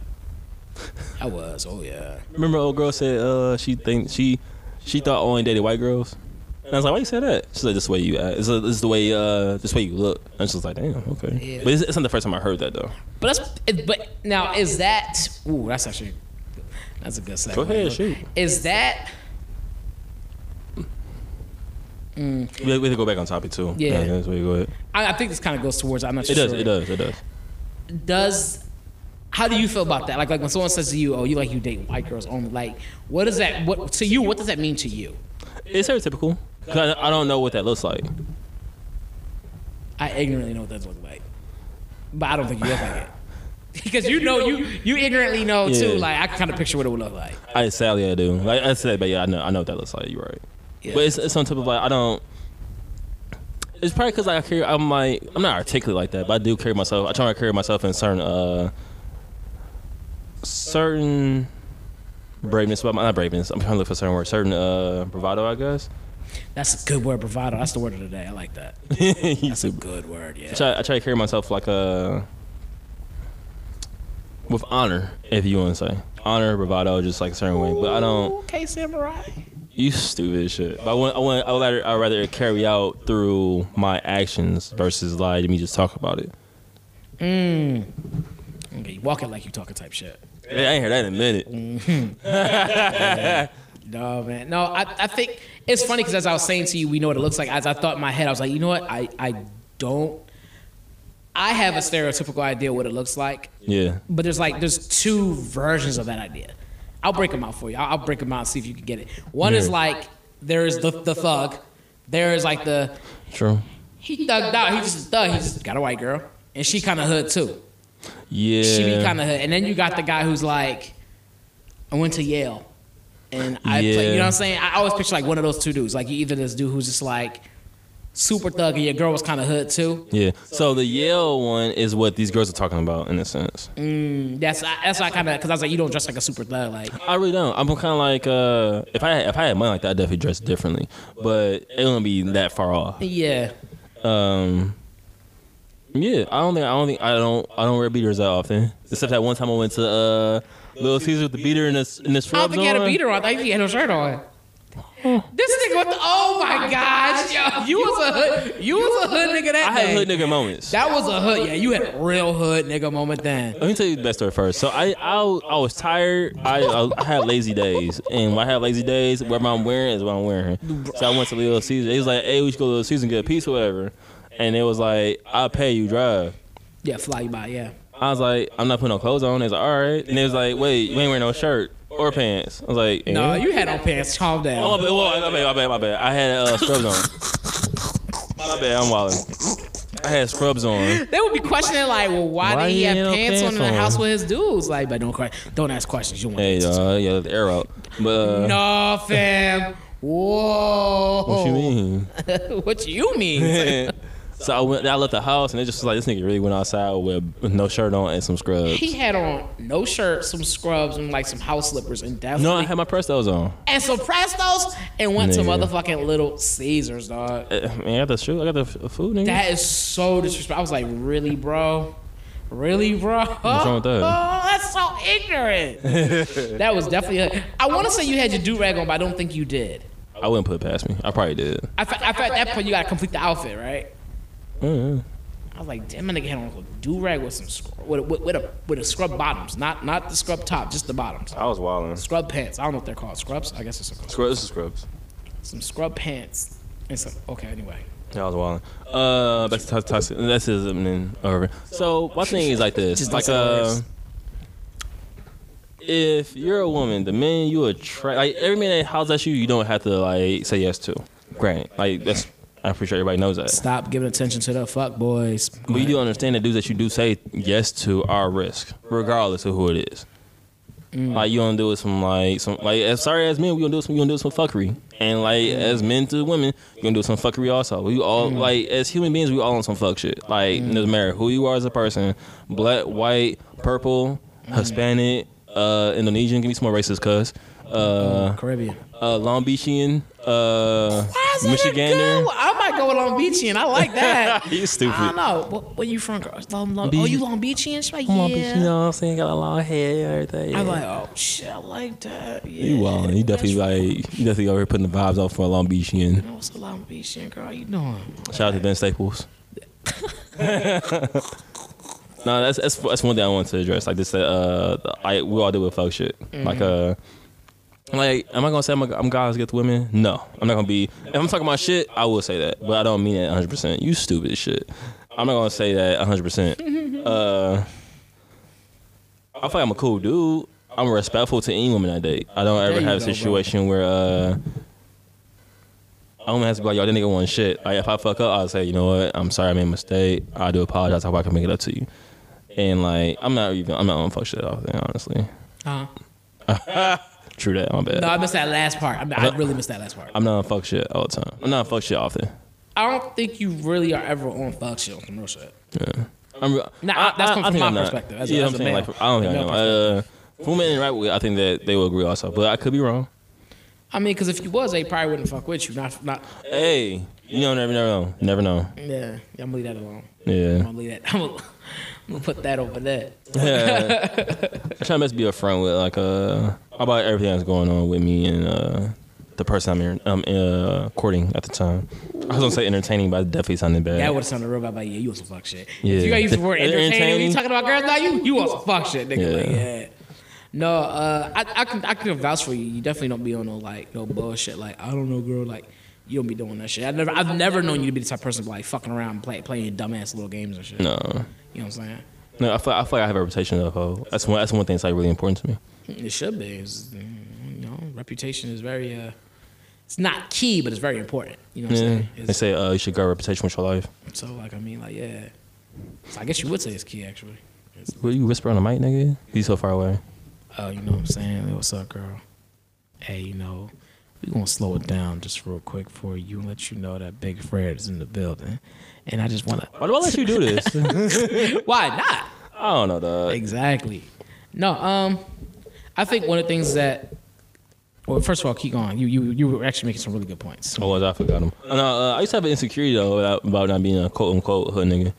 [SPEAKER 1] I was. Oh yeah.
[SPEAKER 2] Remember, old girl said uh, she think she she thought I only dated white girls. And I was like, why you say that? She's like, this way you act. It's, it's the way uh, this way you look. And she was like, damn, okay.
[SPEAKER 1] Yeah.
[SPEAKER 2] But it's, it's not the first time I heard that though.
[SPEAKER 1] But that's it, but now is that ooh that's actually that's a good segue.
[SPEAKER 2] Go ahead, shoot.
[SPEAKER 1] Is that
[SPEAKER 2] We have we have to go back on topic too.
[SPEAKER 1] Yeah.
[SPEAKER 2] that's where you go ahead.
[SPEAKER 1] I, I think this kind of goes towards I'm not
[SPEAKER 2] It
[SPEAKER 1] sure.
[SPEAKER 2] does. It does. It does.
[SPEAKER 1] Does how do you feel about that? Like like when someone says to you, "Oh, you like you date white girls only." Like, what does that what to you? What does that mean to you?
[SPEAKER 2] It's stereotypical. 'Cause I, I don't know what that looks like.
[SPEAKER 1] I ignorantly know what that looks like, but I don't think you look like it (laughs) because you know you you ignorantly know too.
[SPEAKER 2] Yeah.
[SPEAKER 1] Like I can kind of picture what it would look like.
[SPEAKER 2] I sadly I do. Like I said, but yeah, I know I know what that looks like. You're right.
[SPEAKER 1] Yeah.
[SPEAKER 2] But it's, it's on top of like I don't. It's probably because I carry. I'm like I'm not articulate like that, but I do carry myself. I try to carry myself in certain uh certain braveness. But not braveness. I'm trying to look for a certain word. Certain uh bravado, I guess.
[SPEAKER 1] That's a good word, bravado. That's the word of the day. I like that. That's a good word. Yeah.
[SPEAKER 2] I try, I try to carry myself like a with honor, if you want to say honor, bravado, just like a certain way. But I don't.
[SPEAKER 1] Okay, samurai.
[SPEAKER 2] You stupid shit. But I want, I want, I would rather, I'd rather it carry out through my actions versus like me just talk about it.
[SPEAKER 1] Mm. Okay, you walking like you talking type shit.
[SPEAKER 2] Hey, I ain't heard that in a minute.
[SPEAKER 1] No, man. No, I, I think it's funny because as I was saying to you, we know what it looks like. As I thought in my head, I was like, you know what? I, I don't. I have a stereotypical idea what it looks like,
[SPEAKER 2] Yeah,
[SPEAKER 1] but there's like there's two versions of that idea. I'll break them out for you. I'll, I'll break them out and see if you can get it. One is
[SPEAKER 2] Yeah.
[SPEAKER 1] like there is the the thug. There is like the
[SPEAKER 2] true.
[SPEAKER 1] he thugged out. He just a thug. He just got a white girl, and she kind of hood too.
[SPEAKER 2] Yeah,
[SPEAKER 1] she be kind of hood. And then you got the guy who's like, I went to Yale, and I play. You know
[SPEAKER 2] Yeah.
[SPEAKER 1] what I'm saying? I always picture like one of those two dudes. Like you either this dude who's just like super thug, and your girl was kind of hood too.
[SPEAKER 2] yeah. So the Yale one is what these girls are talking about in a sense. Mm.
[SPEAKER 1] That's I, that's why I kind of because I was like, you don't dress like a super thug.
[SPEAKER 2] (laughs)
[SPEAKER 1] Like
[SPEAKER 2] I really don't. I'm kind of like uh, if I if I had money like that, I would definitely dress differently. But it wouldn't be that far off.
[SPEAKER 1] yeah,
[SPEAKER 2] Um, yeah, I don't think I don't think I don't I don't wear beaters that often. Except that one time I went to uh, Little Caesar with the beater in this in this.
[SPEAKER 1] I don't think he had a beater on. I think he had no shirt
[SPEAKER 2] (gasps)
[SPEAKER 1] on. This nigga with the oh
[SPEAKER 2] (laughs)
[SPEAKER 1] my gosh, yo, you was a hood, you was a hood nigga
[SPEAKER 2] I
[SPEAKER 1] that
[SPEAKER 2] had
[SPEAKER 1] day.
[SPEAKER 2] hood nigga moments.
[SPEAKER 1] That was a hood, yeah. You had a real hood nigga moment then.
[SPEAKER 2] Let me tell you the best story first. So I I, I was tired. I, I I had lazy days, and when I had lazy days, what I'm wearing is what I'm wearing. So I went to Little Caesar. It was like, hey, we should go to Little Caesar and get a piece or whatever. And it was like, I'll pay you drive.
[SPEAKER 1] Yeah, fly you by, yeah.
[SPEAKER 2] I was like, I'm not putting no clothes on. They was like, all right. And they was like, wait, you ain't wearing no shirt or pants. I was like,
[SPEAKER 1] No,
[SPEAKER 2] eh?
[SPEAKER 1] you had on pants. Calm down.
[SPEAKER 2] Oh, my bad, Whoa, my bad, my bad, my bad. I had uh, scrubs on. My bad, I'm wilding. I had scrubs on.
[SPEAKER 1] They would be questioning like, well, why,
[SPEAKER 2] Why
[SPEAKER 1] did he
[SPEAKER 2] he
[SPEAKER 1] have
[SPEAKER 2] ain't no
[SPEAKER 1] pants, on
[SPEAKER 2] pants
[SPEAKER 1] in the
[SPEAKER 2] on?
[SPEAKER 1] house with his dudes? Like, but don't que- don't ask questions. You want
[SPEAKER 2] Hey,
[SPEAKER 1] answers.
[SPEAKER 2] uh, yeah, the air out. But uh,
[SPEAKER 1] No, fam. Whoa.
[SPEAKER 2] what you mean?
[SPEAKER 1] mean? (laughs) what you mean?
[SPEAKER 2] so I went. I left the house, and it just was like this nigga really went outside with no shirt on and some scrubs.
[SPEAKER 1] (laughs) He had on no shirt, some scrubs, and like some house slippers, and definitely
[SPEAKER 2] No, I had my Prestos on.
[SPEAKER 1] and some Prestos, and went to
[SPEAKER 2] Nigga.
[SPEAKER 1] motherfucking Little Caesars, dog.
[SPEAKER 2] Uh, Man, I got the shoe. I got the f- food, nigga.
[SPEAKER 1] That is so disrespectful. I was like, really, bro? Really, bro? What's
[SPEAKER 2] wrong with that?
[SPEAKER 1] Oh, (laughs) that's so
[SPEAKER 2] (laughs)
[SPEAKER 1] ignorant. that was definitely. A, I want to say you had your do rag on, but I don't think you did.
[SPEAKER 2] I wouldn't put it past me. I probably did.
[SPEAKER 1] I fe- I felt at that point you gotta complete the outfit, right?
[SPEAKER 2] Yeah, yeah.
[SPEAKER 1] I was like, damn, my nigga had on a do rag with some scr- with, with, with a with a scrub bottoms, not not the scrub top, just the bottoms.
[SPEAKER 2] I was wilding.
[SPEAKER 1] Scrub pants. I don't know what they're called. Scrubs. I guess it's a
[SPEAKER 2] Scrubs, this is scrubs.
[SPEAKER 1] some scrub pants and some. Okay, anyway.
[SPEAKER 2] Yeah, I was wilding. Uh, that's to- toxic. That's his. and then over. So my thing is like this.
[SPEAKER 1] Just don't
[SPEAKER 2] like
[SPEAKER 1] say the
[SPEAKER 2] uh,
[SPEAKER 1] words.
[SPEAKER 2] if you're a woman, the man you attract, like every man that hollers at you, you don't have to like say yes to. Granted, like that's I'm pretty sure everybody knows that.
[SPEAKER 1] Stop giving attention to the fuck boys.
[SPEAKER 2] But you do understand the dudes that you do say yes to are at risk, regardless of who it is.
[SPEAKER 1] Mm.
[SPEAKER 2] Like you don't do it some like some like as sorry as men, we gonna do some you gonna do some fuckery. And like
[SPEAKER 1] Mm.
[SPEAKER 2] as men to women, you gonna do some fuckery also. We all like as human beings we all on some fuck shit. Like
[SPEAKER 1] Mm.
[SPEAKER 2] it doesn't matter who you are as a person, black, white, purple,
[SPEAKER 1] Mm.
[SPEAKER 2] Hispanic, uh Indonesian, give me some more racist cuss. Uh
[SPEAKER 1] Caribbean.
[SPEAKER 2] uh Long Beachian, uh Michigander.
[SPEAKER 1] I might go with Long Beachian. I like
[SPEAKER 2] (laughs)
[SPEAKER 1] that.
[SPEAKER 2] You
[SPEAKER 1] I don't
[SPEAKER 2] stupid.
[SPEAKER 1] know. Wh- Where you from? girl? Long, Long,
[SPEAKER 2] Be-
[SPEAKER 1] oh, you Long Beachian? She's like,
[SPEAKER 2] Come on, bitch, you
[SPEAKER 1] yeah.
[SPEAKER 2] know what I'm saying? Got a long hair and everything. yeah.
[SPEAKER 1] I'm like, oh shit, I like that. Yeah.
[SPEAKER 2] You wild. You definitely like you definitely over here putting the vibes off for a Long Beachian.
[SPEAKER 1] What's a Long Beachian girl? How you doing?
[SPEAKER 2] Shout out to Ben (laughs) Staples. no, that's, that's that's one thing I want to address. Like this, uh, the- I we all deal with fuck shit.
[SPEAKER 1] Mm-hmm.
[SPEAKER 2] Like uh. Like, am I gonna say I'm, a, I'm God's gift to women? No, I'm not gonna be. If I'm talking about shit, I will say that, but I don't mean it 100. percent You stupid as shit. I'm not gonna say that
[SPEAKER 1] (laughs)
[SPEAKER 2] 100. percent Uh, I feel like I'm a cool dude. I'm respectful to any woman I date. I don't ever
[SPEAKER 1] you
[SPEAKER 2] have a
[SPEAKER 1] go, bro.
[SPEAKER 2] situation where uh, I don't have to be like, y'all, that nigga want shit. Like, if I fuck up, I'll say, you know what? I'm sorry, I made a mistake. I do apologize. I hope I can make it up to you. And like, I'm not even. I'm not on fuck shit off. Then, honestly,
[SPEAKER 1] Huh?
[SPEAKER 2] true that. My bad.
[SPEAKER 1] No, I missed that last part. I'm- I really missed that last part.
[SPEAKER 2] I'm not on fuck shit all the time. I'm not on fuck shit often.
[SPEAKER 1] I don't think you really are ever on fuck shit on some real shit.
[SPEAKER 2] I'm,
[SPEAKER 1] Nah, that's come from
[SPEAKER 2] think
[SPEAKER 1] my
[SPEAKER 2] I'm not.
[SPEAKER 1] perspective, as a-
[SPEAKER 2] yeah,
[SPEAKER 1] as
[SPEAKER 2] I'm
[SPEAKER 1] a
[SPEAKER 2] saying
[SPEAKER 1] male.
[SPEAKER 2] like I don't think I
[SPEAKER 1] Male
[SPEAKER 2] know. Uh, for men right with, I think that they will agree also, but I could be wrong.
[SPEAKER 1] I mean, because if you was, they probably wouldn't fuck with you. Not, not.
[SPEAKER 2] Hey, you know, never, never know, never know.
[SPEAKER 1] Yeah, I'm gonna leave that alone. I'm
[SPEAKER 2] Yeah,
[SPEAKER 1] gonna leave that. (laughs) I'm gonna, I'm gonna put that over there.
[SPEAKER 2] (laughs) yeah. I try my best to be upfront with like uh about everything that's going on with me and uh the person I'm in, um uh, courting at the time. I was gonna say entertaining, but I definitely sounded bad.
[SPEAKER 1] That would have sounded real bad. Like, yeah, you want some fuck shit.
[SPEAKER 2] Yeah.
[SPEAKER 1] If you gotta use the word
[SPEAKER 2] They're
[SPEAKER 1] entertaining, when
[SPEAKER 2] (laughs) entertaining.
[SPEAKER 1] you talking about girls now, you you want some fuck shit, nigga. Like,
[SPEAKER 2] Yeah.
[SPEAKER 1] yeah. No, uh, I, I can I can vouch for you. You definitely don't be on no like no bullshit. Like I don't know, girl. Like you don't be doing that shit. I never I've never known you to be the type of person to, like fucking around and play, playing dumbass little games and shit. You
[SPEAKER 2] no,
[SPEAKER 1] know what I'm saying?
[SPEAKER 2] no, I feel, I feel like I have a reputation of hoe. That's one. That's one thing that's like really important to me.
[SPEAKER 1] It should be. It's, you know, reputation is very. Uh, it's not key, but it's very important. You know what I'm
[SPEAKER 2] Yeah,
[SPEAKER 1] saying?
[SPEAKER 2] they
[SPEAKER 1] It's-
[SPEAKER 2] say uh, you should guard reputation with your life.
[SPEAKER 1] so like I mean like yeah. So I guess you would say it's key actually.
[SPEAKER 2] Will you whisper on the mic, nigga? He's so far away.
[SPEAKER 1] Oh, you know what I'm saying? Hey, what's up, girl? Hey, you know, we gonna slow it down just real quick for you and let you know that Big Fred is in the building. And I just wanna
[SPEAKER 2] Why do I let you do this?
[SPEAKER 1] Why not?
[SPEAKER 2] (laughs) I don't know, dog.
[SPEAKER 1] Exactly. No, um, I think one of the things that well, first of all, keep going. You you you were actually making some really good points.
[SPEAKER 2] Oh, I forgot him. No, uh, I used to have an insecurity though about, about not being a quote unquote hood nigga.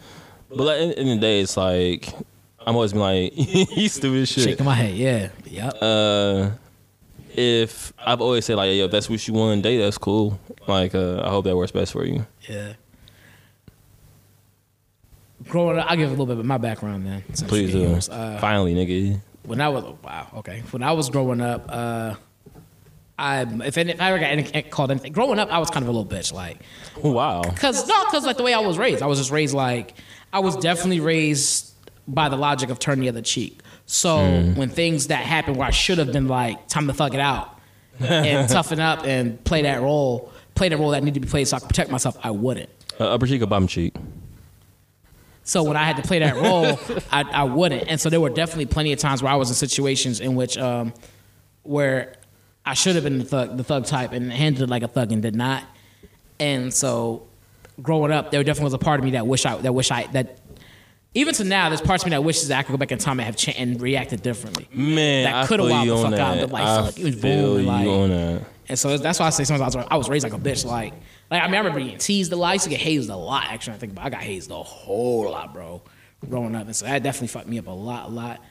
[SPEAKER 2] But like, in, in the day, it's like I'm always been like, (laughs) he's stupid as shit.
[SPEAKER 1] Shaking my head, yeah. Yep.
[SPEAKER 2] Uh, if I've always said like, yo, if that's what you want to date, that's cool. Like, uh, I hope that works best for you.
[SPEAKER 1] Yeah. Growing up, I'll give a little bit of my background then. since
[SPEAKER 2] Please
[SPEAKER 1] you
[SPEAKER 2] do.
[SPEAKER 1] yours. Uh,
[SPEAKER 2] Finally, nigga.
[SPEAKER 1] when I was oh, wow, okay. When I was growing up, uh, I if, any, if I ever got any, called anything, growing up, I was kind of a little bitch, like
[SPEAKER 2] Wow.
[SPEAKER 1] cause no, cause like the way I was raised, I was just raised like I was definitely raised by the logic of turn the other cheek. So when things that happened where I should have been like time to fuck it out and toughen up and play that role, play the role that needed to be played so I could protect myself, I wouldn't.
[SPEAKER 2] Uh, upper cheek or bottom cheek?
[SPEAKER 1] So when I had to play that role, I, I wouldn't. And so there were definitely plenty of times where I was in situations in which, um, where I should have been the thug, the thug type and handled it like a thug and did not. And so growing up, there definitely was a part of me that wish I, that wish I, that even to now, there's parts of me that wishes that I could go back in time and have cha- and reacted differently.
[SPEAKER 2] Man,
[SPEAKER 1] That
[SPEAKER 2] I
[SPEAKER 1] coulda
[SPEAKER 2] feel
[SPEAKER 1] wowed
[SPEAKER 2] you
[SPEAKER 1] the
[SPEAKER 2] on
[SPEAKER 1] fuck out,
[SPEAKER 2] that.
[SPEAKER 1] but, like,
[SPEAKER 2] I
[SPEAKER 1] fuck, it was
[SPEAKER 2] feel
[SPEAKER 1] booming,
[SPEAKER 2] you
[SPEAKER 1] like-
[SPEAKER 2] on that.
[SPEAKER 1] And so that's why I say sometimes I was, I was raised like a bitch. Like, like I mean, I remember being teased a lot. I used to get hazed a lot. Actually, when I think about. It. I got hazed a whole lot, bro, growing up. And so that definitely fucked me up a lot, a lot.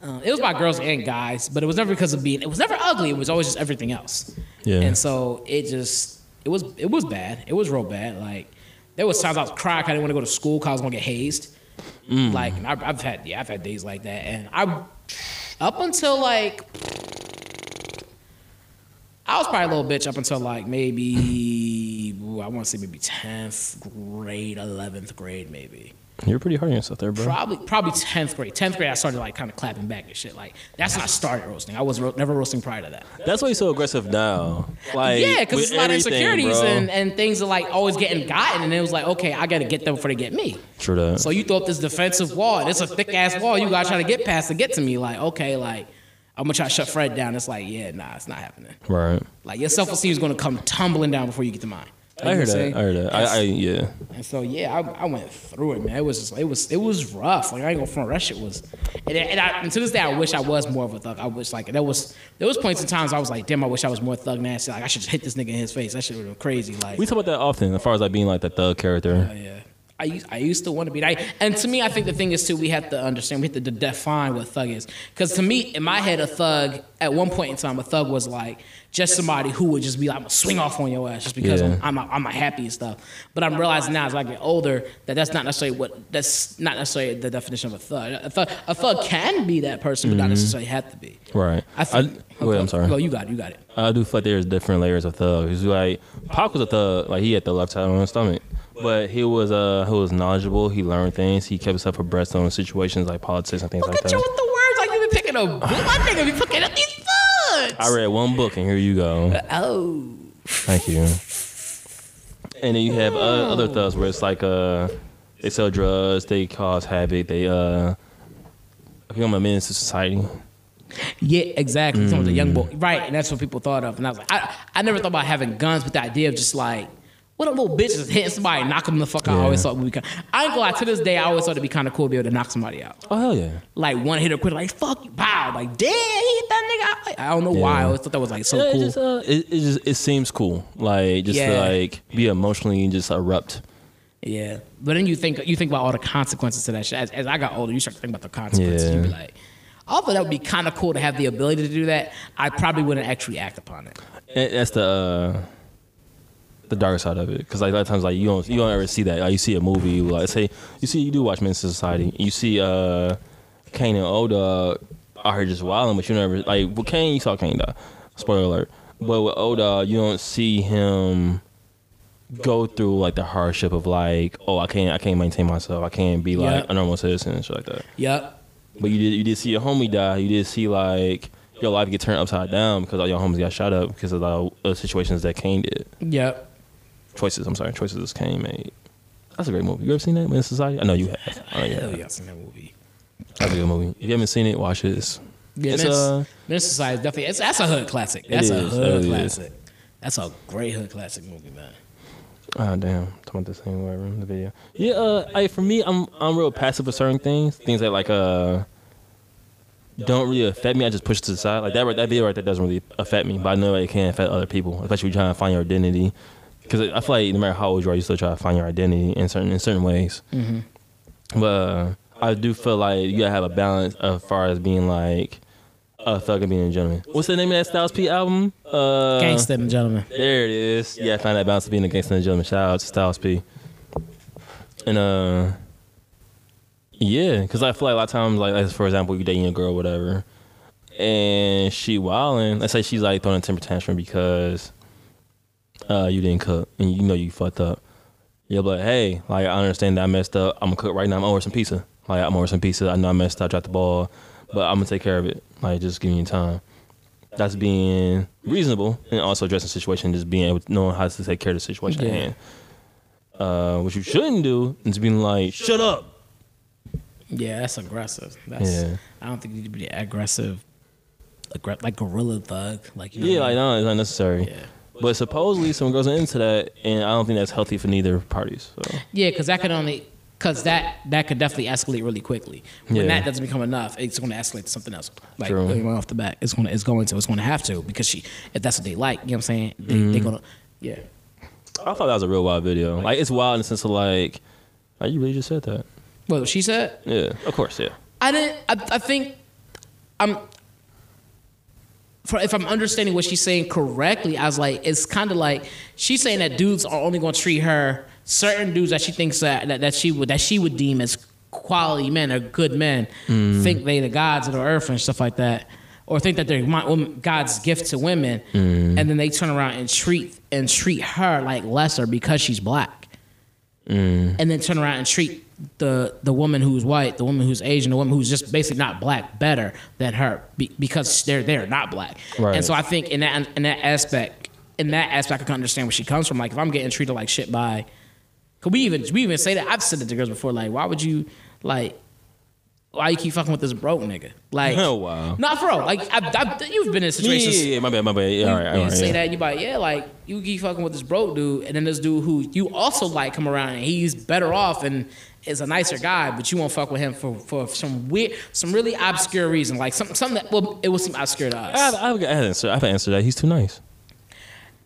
[SPEAKER 1] Uh, it was by girls and guys, but it was never because of being. It was never ugly. It was always just everything else.
[SPEAKER 2] Yeah.
[SPEAKER 1] And so it just, it was, it was bad. It was real bad. Like, there was times I was crying. 'cause I didn't want to go to school because I was gonna get hazed. Like, and I've, I've had, yeah, I've had days like that. And I, up until like I was probably a little bitch up until like maybe ooh, I want to say maybe tenth grade, eleventh grade, maybe.
[SPEAKER 2] You're pretty hard on yourself there, bro.
[SPEAKER 1] Probably, probably tenth grade. Tenth grade, I started like kind of clapping back and shit. Like that's when I started roasting. I was ro- never roasting prior to that.
[SPEAKER 2] That's why you're so aggressive now. Like
[SPEAKER 1] yeah, because
[SPEAKER 2] with
[SPEAKER 1] it's a lot of
[SPEAKER 2] everything,
[SPEAKER 1] insecurities
[SPEAKER 2] bro.
[SPEAKER 1] and, and things are like always getting gotten, and it was like, okay, I got to get them before they get me.
[SPEAKER 2] True that.
[SPEAKER 1] So you throw up this defensive wall, and it's a thick ass wall. You gotta try to get past to get to me. Like okay, like I'm gonna try to shut Fred down. It's like yeah, nah, it's not happening.
[SPEAKER 2] right.
[SPEAKER 1] Like your self esteem is gonna come tumbling down before you get to mine. You know
[SPEAKER 2] I
[SPEAKER 1] what I'm
[SPEAKER 2] heard that.
[SPEAKER 1] saying?
[SPEAKER 2] I heard that. I, I yeah.
[SPEAKER 1] And so yeah, I, I went through it, man. It was just it was it was rough. Like I ain't gonna front. That shit was, and, and, I, and to this day, I wish I was more of a thug. I wish like there was there was points in times I was like, damn, I wish I was more thug nasty. Like I should just hit this nigga in his face. That shit would have been crazy. Like
[SPEAKER 2] We talk about that often, as far as like being like that thug character.
[SPEAKER 1] yeah. I used, I used to want to be that. And to me, I think the thing is, too, we have to understand, we have to de- define what thug is. Because to me, in my head, a thug, at one point in time, a thug was like just somebody who would just be like, I'm going to swing off on your ass just because
[SPEAKER 2] Yeah.
[SPEAKER 1] I'm, I'm, I'm happy and stuff. But I'm realizing now as I get older that that's not necessarily what, that's not necessarily the definition of a thug. A thug, a thug can be that person, but not necessarily have to be.
[SPEAKER 2] Right. I, wait, I'm
[SPEAKER 1] Well,
[SPEAKER 2] sorry.
[SPEAKER 1] you got it, you got it.
[SPEAKER 2] I do feel like there's different layers of thugs. Like Pac was a thug, like he had the left side on his stomach. But he was uh he was knowledgeable, he learned things, he kept himself abreast on situations like politics and things
[SPEAKER 1] Look
[SPEAKER 2] like
[SPEAKER 1] at you
[SPEAKER 2] that.
[SPEAKER 1] with the words like you be picking up. (laughs) My nigga be picking up these thugs.
[SPEAKER 2] I read one book and here you go.
[SPEAKER 1] Oh.
[SPEAKER 2] Thank you. And then you have uh, other thugs where it's like uh, they sell drugs, they cause havoc, they uh, become a menace to society.
[SPEAKER 1] Yeah, exactly. Someone's a
[SPEAKER 2] Mm.
[SPEAKER 1] young boy, right? And that's what people thought of. And I was like, I, I never thought about having guns, but the idea of just like, what a little bitch is hitting somebody, and knock them the fuck out. I always
[SPEAKER 2] Yeah.
[SPEAKER 1] thought would be kind. I ain't gonna lie. To this day, I always thought it'd be kind of cool to be able to knock somebody out,
[SPEAKER 2] Oh hell yeah!
[SPEAKER 1] like one hit or quick, like fuck you, pow, like damn, he hit that nigga. out. Like, I don't know why. I
[SPEAKER 2] Yeah.
[SPEAKER 1] always thought that was like so
[SPEAKER 2] yeah,
[SPEAKER 1] cool.
[SPEAKER 2] It just, uh, it, it just it seems cool, like just to,
[SPEAKER 1] Yeah.
[SPEAKER 2] like be emotionally and just erupt.
[SPEAKER 1] Yeah, but then you think you think about all the consequences to that shit. As, as I got older, you start to think about the consequences.
[SPEAKER 2] Yeah.
[SPEAKER 1] You be like, although that would be kind of cool to have the ability to do that, I probably wouldn't actually act upon it.
[SPEAKER 2] It, that's the uh, the dark side of it, because like a lot of times like you don't you don't ever see that. Like you see a movie, like say you see you do watch Menace to Society, you see uh, Kane and Oda out here just wilding, but you never like with Kane you saw Kane die. Spoiler alert. But with Oda, you don't see him go through like the hardship of like, oh, I can't, I can't maintain myself, I can't be like
[SPEAKER 1] Yeah.
[SPEAKER 2] a normal citizen and shit like that.
[SPEAKER 1] Yep.
[SPEAKER 2] But you did you did see your homie die. You did see like your life get turned upside down because all your homies got shot up because of the uh, situations that Kane did.
[SPEAKER 1] Yep.
[SPEAKER 2] Choices, I'm sorry, choices that Kane made. That's a great movie. You ever seen that in Society? I know you have. I know you
[SPEAKER 1] Hell
[SPEAKER 2] have.
[SPEAKER 1] yeah, I've seen that movie.
[SPEAKER 2] That's a good movie. If you haven't seen it, watch this.
[SPEAKER 1] Yeah,
[SPEAKER 2] It's,
[SPEAKER 1] Men's,
[SPEAKER 2] uh,
[SPEAKER 1] Men's Society is definitely it's, that's a hood classic. That's a
[SPEAKER 2] is,
[SPEAKER 1] hood
[SPEAKER 2] it is.
[SPEAKER 1] classic. That's a great hood classic movie, man.
[SPEAKER 2] Oh damn, talking about the same whatever the video. Yeah, uh, I for me, I'm I'm real passive for certain things, things that like uh don't really affect me. I just push it to the side. Like that right- that video right there doesn't really affect me, but I know it can affect other people, especially when you're trying to find your identity. Because I feel like no matter how old you are, you still try to find your identity in certain in certain ways. But uh, I do feel like you gotta have a balance as far as being like a thug and being a gentleman. What's the name of that Styles P album? Uh,
[SPEAKER 1] Gangsta and gentlemen.
[SPEAKER 2] there it is. Yeah, I found that balance of being a gangster and a gentleman. Shout out to Styles P. And uh, yeah, because I feel like a lot of times, like, like for example, you dating a girl, whatever, and she wilding. Let's say she's like throwing a temper tantrum because uh you didn't cook and you know you fucked up. You'll be like, hey, like I understand that I messed up. I'm gonna cook right now. I'm gonna order some pizza. Like I'm gonna order some pizza. I know I messed up. I dropped the ball, but I'm gonna take care of it. Like just give me time that's being reasonable and also addressing the situation, just being able to knowing how to take care of the situation
[SPEAKER 1] Yeah.
[SPEAKER 2] at hand. Uh, what you shouldn't do is being like, shut up.
[SPEAKER 1] Yeah, that's aggressive. That's
[SPEAKER 2] Yeah.
[SPEAKER 1] I don't think you need to be aggressive. Aggre- like gorilla thug. Like you know
[SPEAKER 2] Yeah,
[SPEAKER 1] what I
[SPEAKER 2] like
[SPEAKER 1] mean?
[SPEAKER 2] no, it's not necessary.
[SPEAKER 1] Yeah.
[SPEAKER 2] But supposedly some girls are into that, and I don't think that's healthy for neither parties. So.
[SPEAKER 1] Yeah, because that could only because that that could definitely escalate really quickly. When
[SPEAKER 2] Yeah.
[SPEAKER 1] that doesn't become enough, it's going to escalate to something else. Like
[SPEAKER 2] True.
[SPEAKER 1] right off the bat, it's going to it's going to it's going to have to because she if that's what they like, you know what I'm saying? They,
[SPEAKER 2] Mm.
[SPEAKER 1] They're gonna yeah.
[SPEAKER 2] I thought that was a real wild video. Like it's wild in the sense of like, oh, you really just said that.
[SPEAKER 1] Well, she said
[SPEAKER 2] Yeah, of course, yeah.
[SPEAKER 1] I didn't. I, I think I'm. For, if I'm understanding what she's saying correctly, I was like, it's kind of like she's saying that dudes are only going to treat her certain dudes that she thinks that, that, that she would that she would deem as quality men or good men think they the gods of the earth and stuff like that, or think that they're my, women- God's gift to women, and then they turn around and treat and treat her like lesser because she's black and then turn around and treat the the woman who's white, the woman who's Asian, the woman who's just basically not black better than her be, because they're they're not black.
[SPEAKER 2] Right.
[SPEAKER 1] And so I think in that in that aspect, in that aspect, I can understand where she comes from. Like if I'm getting treated like shit by, could we even we even say that? I've said it to girls before. Like why would you like? Why you keep fucking with this broke nigga? Like,
[SPEAKER 2] (laughs) Oh, wow.
[SPEAKER 1] not for real. Like, I, I, you've been in
[SPEAKER 2] Yeah,
[SPEAKER 1] situations
[SPEAKER 2] yeah, yeah, my bad, my bad. Yeah, all right,
[SPEAKER 1] you
[SPEAKER 2] all right.
[SPEAKER 1] say
[SPEAKER 2] yeah.
[SPEAKER 1] that you like yeah like you keep fucking with this broke dude and then this dude who you also like come around and he's better off and is a nicer guy but you won't fuck with him for, for some weird some really obscure reason like something something that well it will seem obscure to
[SPEAKER 2] I have,
[SPEAKER 1] us
[SPEAKER 2] I have, I have answered. I've answered that. He's too nice.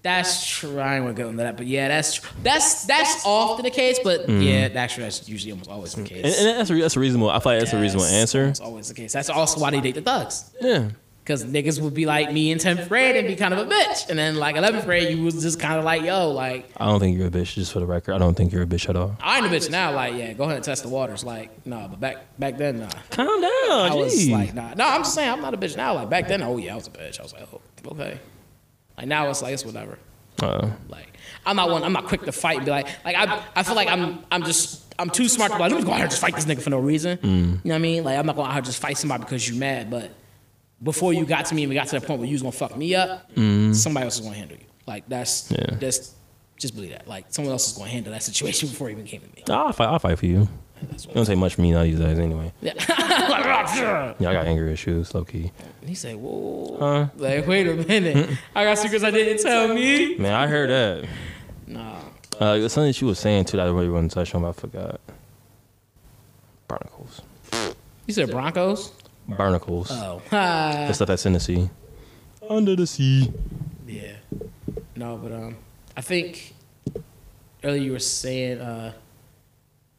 [SPEAKER 1] that's true I ain't gonna go into that but yeah that's tr- that's that's often the case but yeah that's true that's usually almost always the case
[SPEAKER 2] Mm-hmm. And, and that's, a, that's a reasonable. I feel like that's a reasonable
[SPEAKER 1] That's
[SPEAKER 2] answer.
[SPEAKER 1] almost always the case that's also why they date the thugs
[SPEAKER 2] Yeah.
[SPEAKER 1] Cause niggas would be like me in tenth grade and be kind of a bitch, and then like eleventh grade, you was just kind of like, yo, like
[SPEAKER 2] I don't think you're a bitch. Just for the record, I don't think you're a bitch at all.
[SPEAKER 1] I ain't a bitch now. Like, yeah, go ahead and test the waters. Like, nah, but back back then, nah.
[SPEAKER 2] Calm down.
[SPEAKER 1] I was
[SPEAKER 2] Oh, gee.
[SPEAKER 1] like, nah. No, I'm just saying, I'm not a bitch now. Like back then, oh yeah, I was a bitch. I was like, oh, okay. Like now, it's like it's whatever.
[SPEAKER 2] Uh,
[SPEAKER 1] Like I'm not one. I'm not quick to fight. And be like, like I, I feel like I'm, I'm just, I'm too smart to be like, let me go out here and just fight this nigga for no
[SPEAKER 2] Mm.
[SPEAKER 1] reason. You know what I mean? Like I'm not going out here and just fight somebody because you mad. But before you got to me and we got to that point where you was gonna fuck me up, somebody else is gonna handle you. Like that's,
[SPEAKER 2] Mm. Yeah.
[SPEAKER 1] that's, just believe that. Like someone else is gonna handle that situation (laughs) before it even came to me.
[SPEAKER 2] I'll fight. I'll fight for you.
[SPEAKER 1] That's
[SPEAKER 2] It
[SPEAKER 1] what
[SPEAKER 2] don't take much for me now these days, anyway.
[SPEAKER 1] Yeah.
[SPEAKER 2] Yeah, I got anger issues, low key.
[SPEAKER 1] he said, "Whoa!"
[SPEAKER 2] Huh?
[SPEAKER 1] Like, wait a minute. I got secrets I didn't tell me.
[SPEAKER 2] Man, I heard that.
[SPEAKER 1] Nah.
[SPEAKER 2] Uh, there's something she was saying too that I really wanted to touch on, but I forgot. Barnacles.
[SPEAKER 1] You said Broncos.
[SPEAKER 2] Barnacles.
[SPEAKER 1] Oh.
[SPEAKER 2] the stuff that's in the sea. Under the sea.
[SPEAKER 1] yeah. No, but um, I think earlier you were saying uh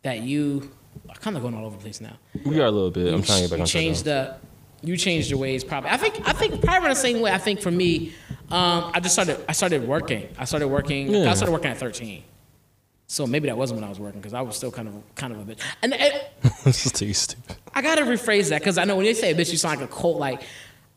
[SPEAKER 1] that you. I'm kind of going all over the place now.
[SPEAKER 2] We are a little bit. I'm trying to get back
[SPEAKER 1] you
[SPEAKER 2] on track.
[SPEAKER 1] changed
[SPEAKER 2] though.
[SPEAKER 1] the you changed your ways probably i think i think probably the same way i think for me um, i just started i started working i started working i
[SPEAKER 2] Yeah.
[SPEAKER 1] started working at 13 so maybe that wasn't when i was working because i was still kind of kind of a bitch and it,
[SPEAKER 2] (laughs) This is too stupid.
[SPEAKER 1] I gotta rephrase that because I know when they say bitch, you sound like a cult. Like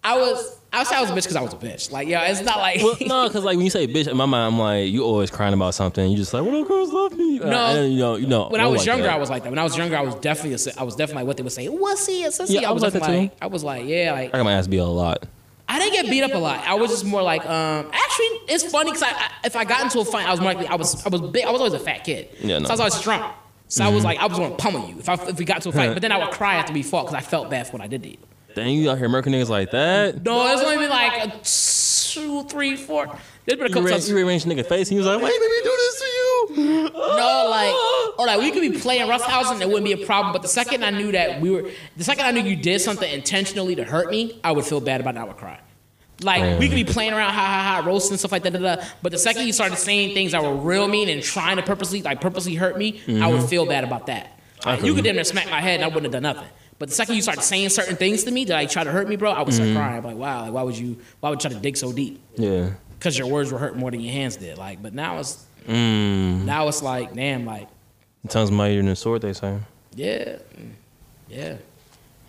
[SPEAKER 1] I was, I was, I was a bitch because I was a bitch. Like yeah, it's not like (laughs)
[SPEAKER 2] Well, no, because like when you say bitch, in my mind, I'm like, you always crying about something. You just like, what well, girls love me? No, you know, you know.
[SPEAKER 1] when I
[SPEAKER 2] I'm
[SPEAKER 1] was
[SPEAKER 2] like
[SPEAKER 1] younger,
[SPEAKER 2] that.
[SPEAKER 1] I was like that. When I was younger, I was definitely, a si- I was definitely like what they would say, wussy and sissy.
[SPEAKER 2] Yeah,
[SPEAKER 1] I was
[SPEAKER 2] like that
[SPEAKER 1] definitely like,
[SPEAKER 2] too.
[SPEAKER 1] I was like, yeah, like
[SPEAKER 2] I got my ass beat a lot.
[SPEAKER 1] I didn't get beat up a lot. I was just more like, um, actually, it's funny because I, I, if I got into a fight, I was more likely, I was, I was big, I was always a fat kid.
[SPEAKER 2] Yeah, no. Mm-hmm.
[SPEAKER 1] So I was always strong. So I was like, I was gonna pummel you if, I, if we got to a fight. but then I would cry after we fought because I felt bad for what I did to you.
[SPEAKER 2] Dang, you out here murking niggas like that?
[SPEAKER 1] No, it's only been like a two, three, four. There's been a
[SPEAKER 2] You,
[SPEAKER 1] couple
[SPEAKER 2] re-
[SPEAKER 1] times.
[SPEAKER 2] you rearranged nigga face, and he was like, why you made me do this to you?
[SPEAKER 1] No, like, or like we could be playing rough house and it wouldn't be a problem. But the second I knew that we were, the second I knew you did something intentionally to hurt me, I would feel bad about it. and I would cry. Like we could be playing around, ha ha ha, roasting stuff like that, da, da, da. but the second you started saying things that were real mean and trying to purposely, like purposely hurt me, I would feel bad about that. Like,
[SPEAKER 2] feel
[SPEAKER 1] you
[SPEAKER 2] you.
[SPEAKER 1] could damn near smack my head and I wouldn't have done nothing. But the second you started saying certain things to me that like try to hurt me, bro, I would start crying. I'm like, wow, like why would you, why would you try to dig so deep? (laughs)
[SPEAKER 2] Yeah.
[SPEAKER 1] Because your words were hurt more than your hands did. Like, but now it's,
[SPEAKER 2] Mm.
[SPEAKER 1] now it's like, damn, like.
[SPEAKER 2] Tongues mightier than a sword, they say.
[SPEAKER 1] Yeah. Mm. Yeah.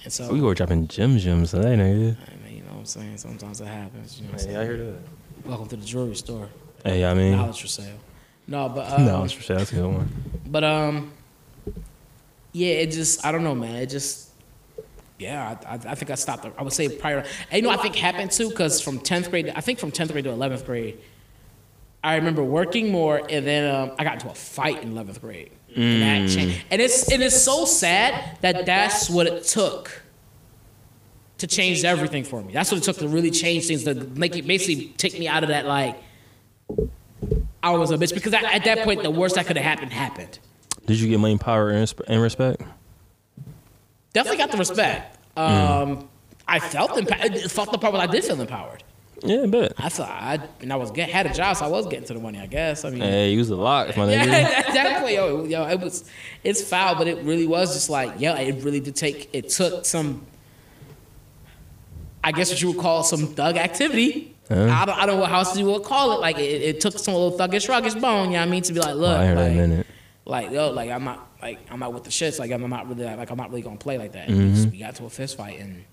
[SPEAKER 1] And so,
[SPEAKER 2] We were dropping gym gyms today, nigga.
[SPEAKER 1] I mean, you know what I'm saying? Sometimes it happens. You know what I'm
[SPEAKER 2] Hey,
[SPEAKER 1] saying?
[SPEAKER 2] I hear that.
[SPEAKER 1] Welcome to the jewelry store.
[SPEAKER 2] Hey, I mean,
[SPEAKER 1] Knowledge for sale. No, but um,
[SPEAKER 2] (laughs) no, it's for sure. That's a good one.
[SPEAKER 1] but um, yeah, it just I don't know, man. It just yeah, I, I, I think I stopped. I would say prior. And you know, I think happened too because from tenth grade, I think from tenth grade to eleventh grade, I remember working more, and then um, I got into a fight in eleventh grade, and that changed. And it's and it's so sad that that's what it took to change everything for me. That's what it took to really change things to make it basically take me out of that like I was a bitch because at, at that point the worst that could have happened happened.
[SPEAKER 2] Did you get money, power, and, resp- and respect?
[SPEAKER 1] Definitely got the respect. Um, I felt empowered. Felt the part where I did feel empowered.
[SPEAKER 2] Yeah, I bet.
[SPEAKER 1] I felt I and I was get, had a job, so I was getting to the money. I guess. I mean,
[SPEAKER 2] (laughs) Hey, you was a lot, my
[SPEAKER 1] Yeah,
[SPEAKER 2] nigga.
[SPEAKER 1] that- that way, yo, yo, it was, it's foul, but it really was just like, yeah, it really did take, it took some, I guess what you would call some thug activity. I, don't, I don't know how else you would call it. Like, it, it took some little thuggish, ruggish bone, you know what I mean? To be like, look,
[SPEAKER 2] Oh, I heard that in
[SPEAKER 1] like,
[SPEAKER 2] a minute.
[SPEAKER 1] like, yo, like, I'm not, like, I'm not with the shits. Like, I'm not really, like, I'm not really gonna play like that. And
[SPEAKER 2] Mm-hmm.
[SPEAKER 1] we, just- we got to a fist fight, and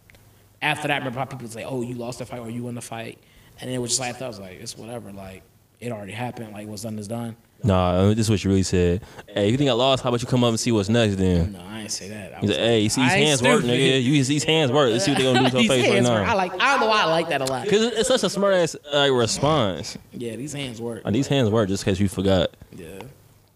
[SPEAKER 1] after that, I remember how people would say, oh, you lost the fight or you won the fight. And it was just like, I thought, I was like, it's whatever. Like, it already happened. Like what's done is done.
[SPEAKER 2] Nah, this is what you really said. Hey, you think I lost? How about you come up and see what's next then?
[SPEAKER 1] No, I ain't say that. I
[SPEAKER 2] He's
[SPEAKER 1] was
[SPEAKER 2] like, hey, you see these
[SPEAKER 1] I ain't
[SPEAKER 2] hands work,
[SPEAKER 1] stupid.
[SPEAKER 2] nigga. You see these hands work. Let's see what they're
[SPEAKER 1] (laughs)
[SPEAKER 2] gonna do to
[SPEAKER 1] these
[SPEAKER 2] your face right
[SPEAKER 1] hands work. I
[SPEAKER 2] now.
[SPEAKER 1] like. I don't know why I like that a lot.
[SPEAKER 2] Cause it's such a smart ass like, response.
[SPEAKER 1] Yeah, these hands work.
[SPEAKER 2] Like, these hands work just in case you forgot.
[SPEAKER 1] Yeah.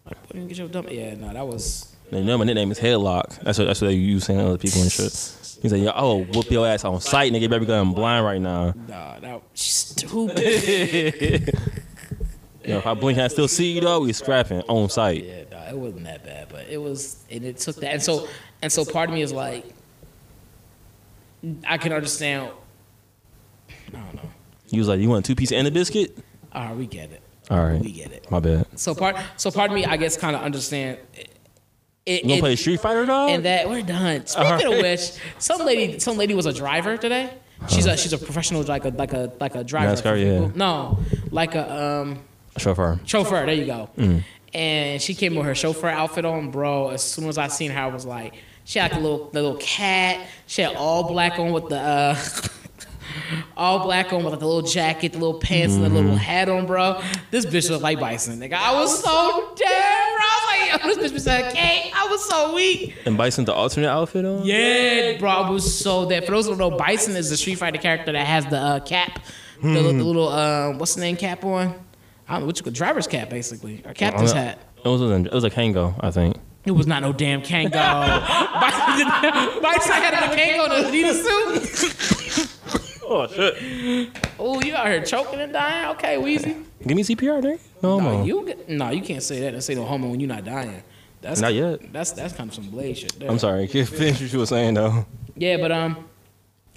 [SPEAKER 1] Like, what, you get your dumb. Yeah, no, that was.
[SPEAKER 2] They know my nickname is Headlock. That's what, that's what they use saying to other people and shit. He's like, yo, oh, whoop your ass on sight, nigga. You Better go I'm blind right now.
[SPEAKER 1] Nah, that was
[SPEAKER 2] (laughs)
[SPEAKER 1] stupid.
[SPEAKER 2] You know, if I blink and I still see you, though, we scrapping on sight.
[SPEAKER 1] yeah, nah, it wasn't that bad, but it was, and it took that, and so, and so, part of me is like, I can understand. I don't know.
[SPEAKER 2] He was like, you want a two piece and a biscuit?
[SPEAKER 1] All right, Ah, we get it.
[SPEAKER 2] All right.
[SPEAKER 1] We get it.
[SPEAKER 2] My bad.
[SPEAKER 1] So part, so part of me, I guess, kind of understand. It, it,
[SPEAKER 2] You gonna play
[SPEAKER 1] it-
[SPEAKER 2] Street Fighter, dog?
[SPEAKER 1] and that we're
[SPEAKER 2] (laughs)
[SPEAKER 1] done. Speaking of which, some lady, some lady was a driver today. She's a she's a professional like a like a like a driver.
[SPEAKER 2] NASCAR,
[SPEAKER 1] for
[SPEAKER 2] yeah.
[SPEAKER 1] people. No, like a um
[SPEAKER 2] Chauffeur.
[SPEAKER 1] chauffeur. There you go. And she came with her chauffeur outfit on, bro. As soon as I seen her, I was like, she had like a little the little cat. She had all black on with the. uh (laughs) All black on with like a little jacket, the little pants, and the little hat on, bro. This bitch looked like Bison, nigga. I was so dead, bro. I was like, yo, this bitch was like, cake. I was so weak.
[SPEAKER 2] And Bison the alternate outfit on?
[SPEAKER 1] Yeah, bro, I was so dead. For those who don't know, Bison is the Street Fighter character that has the uh, cap, the, li- the little uh, what's the name cap on? I don't know what you could driver's cap basically, or captain's hat.
[SPEAKER 2] It was, a, it was a Kango, I think.
[SPEAKER 1] It was not no damn Kango. (laughs) Bison, Bison had a Kango in an Adidas suit.
[SPEAKER 2] Oh, shit.
[SPEAKER 1] Oh, you out here choking and dying? Okay, Weezy.
[SPEAKER 2] Give me CPR, nigga. No,
[SPEAKER 1] No,
[SPEAKER 2] homo.
[SPEAKER 1] you g- no, you can't say that and say no homo when you're not dying. That's
[SPEAKER 2] Not yet.
[SPEAKER 1] That's that's kind of some blade shit. There.
[SPEAKER 2] I'm sorry. (laughs) Can't finish what you were saying,
[SPEAKER 1] Oh,
[SPEAKER 2] though.
[SPEAKER 1] Yeah, but um,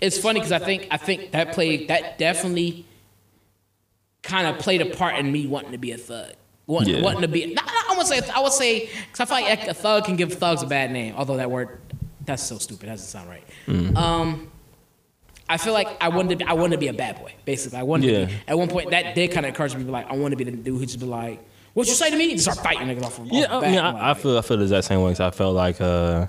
[SPEAKER 1] it's funny because I think I think that played that definitely kind of played a part in me wanting to be a thug, wanting,
[SPEAKER 2] Yeah.
[SPEAKER 1] wanting to be. Not, not, I would say I would say because I feel like a thug can give thugs a bad name. Although that word, that's so stupid. That doesn't sound right.
[SPEAKER 2] Mm.
[SPEAKER 1] Um, I feel like I wanted to be, I wanted to be a bad boy. Basically, I wanted to be,
[SPEAKER 2] Yeah.
[SPEAKER 1] at one point that did kind of encourage me to be like I want to be the dude who just be like, "What you say to me?" And start fighting niggas off. off
[SPEAKER 2] Yeah,
[SPEAKER 1] the
[SPEAKER 2] I,
[SPEAKER 1] bat.
[SPEAKER 2] mean,
[SPEAKER 1] I'm
[SPEAKER 2] I, I
[SPEAKER 1] like,
[SPEAKER 2] feel I feel the exact same way. 'cause I felt like uh,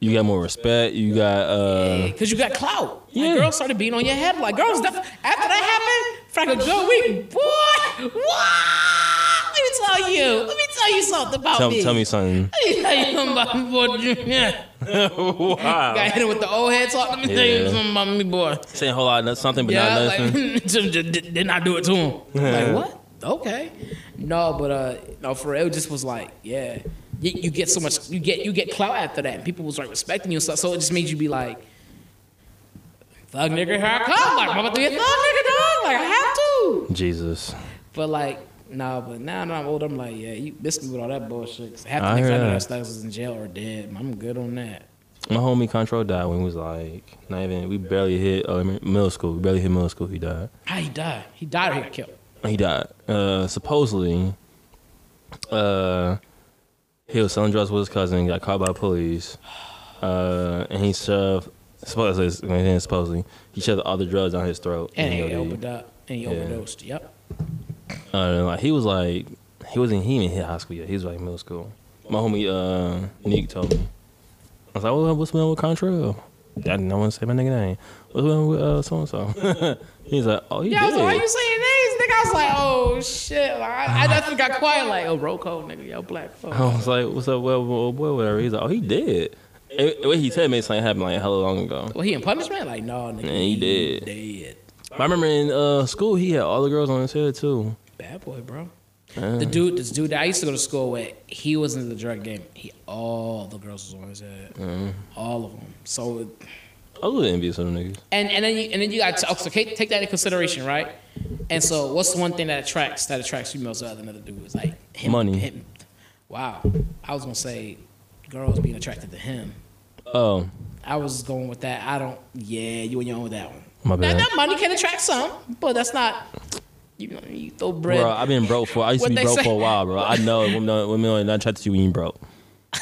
[SPEAKER 2] you got more respect. You got uh,
[SPEAKER 1] Because you got clout.
[SPEAKER 2] Yeah.
[SPEAKER 1] Like, girls started beating on your head. Like, girls, def- after that happened, for like a good week, boy, what? Let me tell you. Let me tell you something about
[SPEAKER 2] tell,
[SPEAKER 1] me.
[SPEAKER 2] tell me something.
[SPEAKER 1] Let me (laughs) tell you something about me, boy. Yeah.
[SPEAKER 2] wow.
[SPEAKER 1] Got hit with the old head talk. Let me tell you
[SPEAKER 2] Yeah.
[SPEAKER 1] something about me, boy.
[SPEAKER 2] Saying a whole lot of something, but
[SPEAKER 1] Yeah,
[SPEAKER 2] not
[SPEAKER 1] like, (laughs)
[SPEAKER 2] nothing.
[SPEAKER 1] just- just did did not do it to him. like, what? Okay. No, but uh, no, for real, it just was like, yeah, you, you get so much, you get you get clout after that. People was like respecting you and stuff, so it just made you be like, thug nigga, here I come. Like, I'm about to be a thug nigga, dog. Like, I have to.
[SPEAKER 2] (laughs) Jesus.
[SPEAKER 1] But like, no, but now that I'm older, I'm like, yeah, you miss me with all that bullshit. 'Cause half the
[SPEAKER 2] I
[SPEAKER 1] niggas I
[SPEAKER 2] hear
[SPEAKER 1] know
[SPEAKER 2] that.
[SPEAKER 1] that stuff is in jail or dead. I'm good on that.
[SPEAKER 2] My homie Control died when he was like not even. We barely hit uh, middle school. We barely hit middle school. He died.
[SPEAKER 1] How Ah, he died? He died or he got killed?
[SPEAKER 2] He died. Uh, supposedly, uh, he was selling drugs with his cousin. Got caught by the police. Uh, and he shoved. Supposedly, I mean, supposedly, he shoved all the drugs down his throat.
[SPEAKER 1] And
[SPEAKER 2] he
[SPEAKER 1] he
[SPEAKER 2] OD'd.
[SPEAKER 1] opened up and he
[SPEAKER 2] Yeah.
[SPEAKER 1] overdosed. Yep.
[SPEAKER 2] Uh, like he was like he wasn't he even hit high school yet. He was like middle school. My homie uh Nick told me. I was like, well, what's going on with Contrell? I didn't want to say my nigga name. What's going on with uh, so and so? (laughs) He's like, oh, he
[SPEAKER 1] Yeah, I was
[SPEAKER 2] did. Uh-huh.
[SPEAKER 1] like, why you saying names? Nigga, I was like, oh shit. Like, I, I definitely got quiet, like, oh, roll call, nigga, yo, black folk.
[SPEAKER 2] (laughs) I was like, what's up, well, well, well whatever. He's like, oh, he did. It, it- what he said made something happen like hella long ago.
[SPEAKER 1] Well, he in punishment? Like, no, nigga.
[SPEAKER 2] Yeah, he dead.
[SPEAKER 1] Dead.
[SPEAKER 2] But I remember in uh, school, he had all the girls on his head too.
[SPEAKER 1] Bad boy, bro.
[SPEAKER 2] Uh-huh.
[SPEAKER 1] The dude, this dude that I used to go to school with, he was in the drug game. He, all the girls was on his head.
[SPEAKER 2] Uh-huh.
[SPEAKER 1] All of them. So,
[SPEAKER 2] I was a little envious of them niggas.
[SPEAKER 1] and, and then you, and then you got to, so take, take that into consideration, right? And so, what's one thing that attracts that attracts females other than other dudes? Like him,
[SPEAKER 2] Money.
[SPEAKER 1] Him. Wow, I was gonna say, girls being attracted to him.
[SPEAKER 2] Oh,
[SPEAKER 1] I was going with that. I don't. Yeah, you and your own with that one.
[SPEAKER 2] my
[SPEAKER 1] Now,
[SPEAKER 2] bad.
[SPEAKER 1] that money can attract some, but that's not. You know, you throw bread.
[SPEAKER 2] Bro, I've been broke for. I used
[SPEAKER 1] What
[SPEAKER 2] to be
[SPEAKER 1] they
[SPEAKER 2] broke
[SPEAKER 1] say-
[SPEAKER 2] for a while, bro. I know women don't, women don't not try to you when you broke.
[SPEAKER 1] (laughs)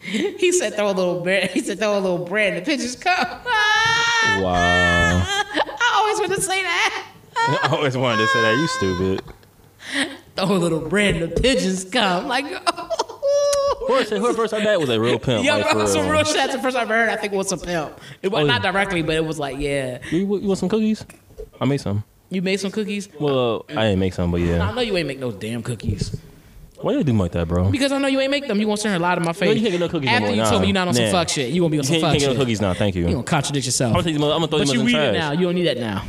[SPEAKER 1] He said throw a little bread. He said throw a little bread in the pitcher's cup.
[SPEAKER 2] Wow.
[SPEAKER 1] (laughs) I always wanted to say that.
[SPEAKER 2] (laughs) I always wanted to say that. You stupid.
[SPEAKER 1] Throw a little bread in the pigeon's cup. Like, (laughs)
[SPEAKER 2] First, whoever first heard that was a real (laughs) pimp.
[SPEAKER 1] yo,
[SPEAKER 2] like,
[SPEAKER 1] bro,
[SPEAKER 2] for
[SPEAKER 1] (laughs) some
[SPEAKER 2] real.
[SPEAKER 1] real shit. That's the first I've ever heard. I think it was a pimp. It was
[SPEAKER 2] Oh,
[SPEAKER 1] not
[SPEAKER 2] yeah.
[SPEAKER 1] directly, but it was like, yeah.
[SPEAKER 2] You, you want some cookies? I made some.
[SPEAKER 1] You made some cookies?
[SPEAKER 2] Well, uh, I didn't make some, but
[SPEAKER 1] I
[SPEAKER 2] yeah.
[SPEAKER 1] know you ain't make no damn cookies.
[SPEAKER 2] Why you do me like that, bro?
[SPEAKER 1] Because I know you ain't make them. You won't turn a lie to my face.
[SPEAKER 2] you can't get no cookies no
[SPEAKER 1] After
[SPEAKER 2] more.
[SPEAKER 1] you
[SPEAKER 2] Nah.
[SPEAKER 1] told me you're not on some
[SPEAKER 2] Nah.
[SPEAKER 1] fuck shit, you won't be on
[SPEAKER 2] You
[SPEAKER 1] some
[SPEAKER 2] can't, you
[SPEAKER 1] fuck
[SPEAKER 2] can't get
[SPEAKER 1] shit.
[SPEAKER 2] no cookies now. Thank you.
[SPEAKER 1] You
[SPEAKER 2] I'm
[SPEAKER 1] gonna contradict yourself.
[SPEAKER 2] gonna throw these mother- I'm gonna throw
[SPEAKER 1] But
[SPEAKER 2] these
[SPEAKER 1] you
[SPEAKER 2] motherfuckers in
[SPEAKER 1] read
[SPEAKER 2] the
[SPEAKER 1] it now.
[SPEAKER 2] trash.
[SPEAKER 1] You don't need that now.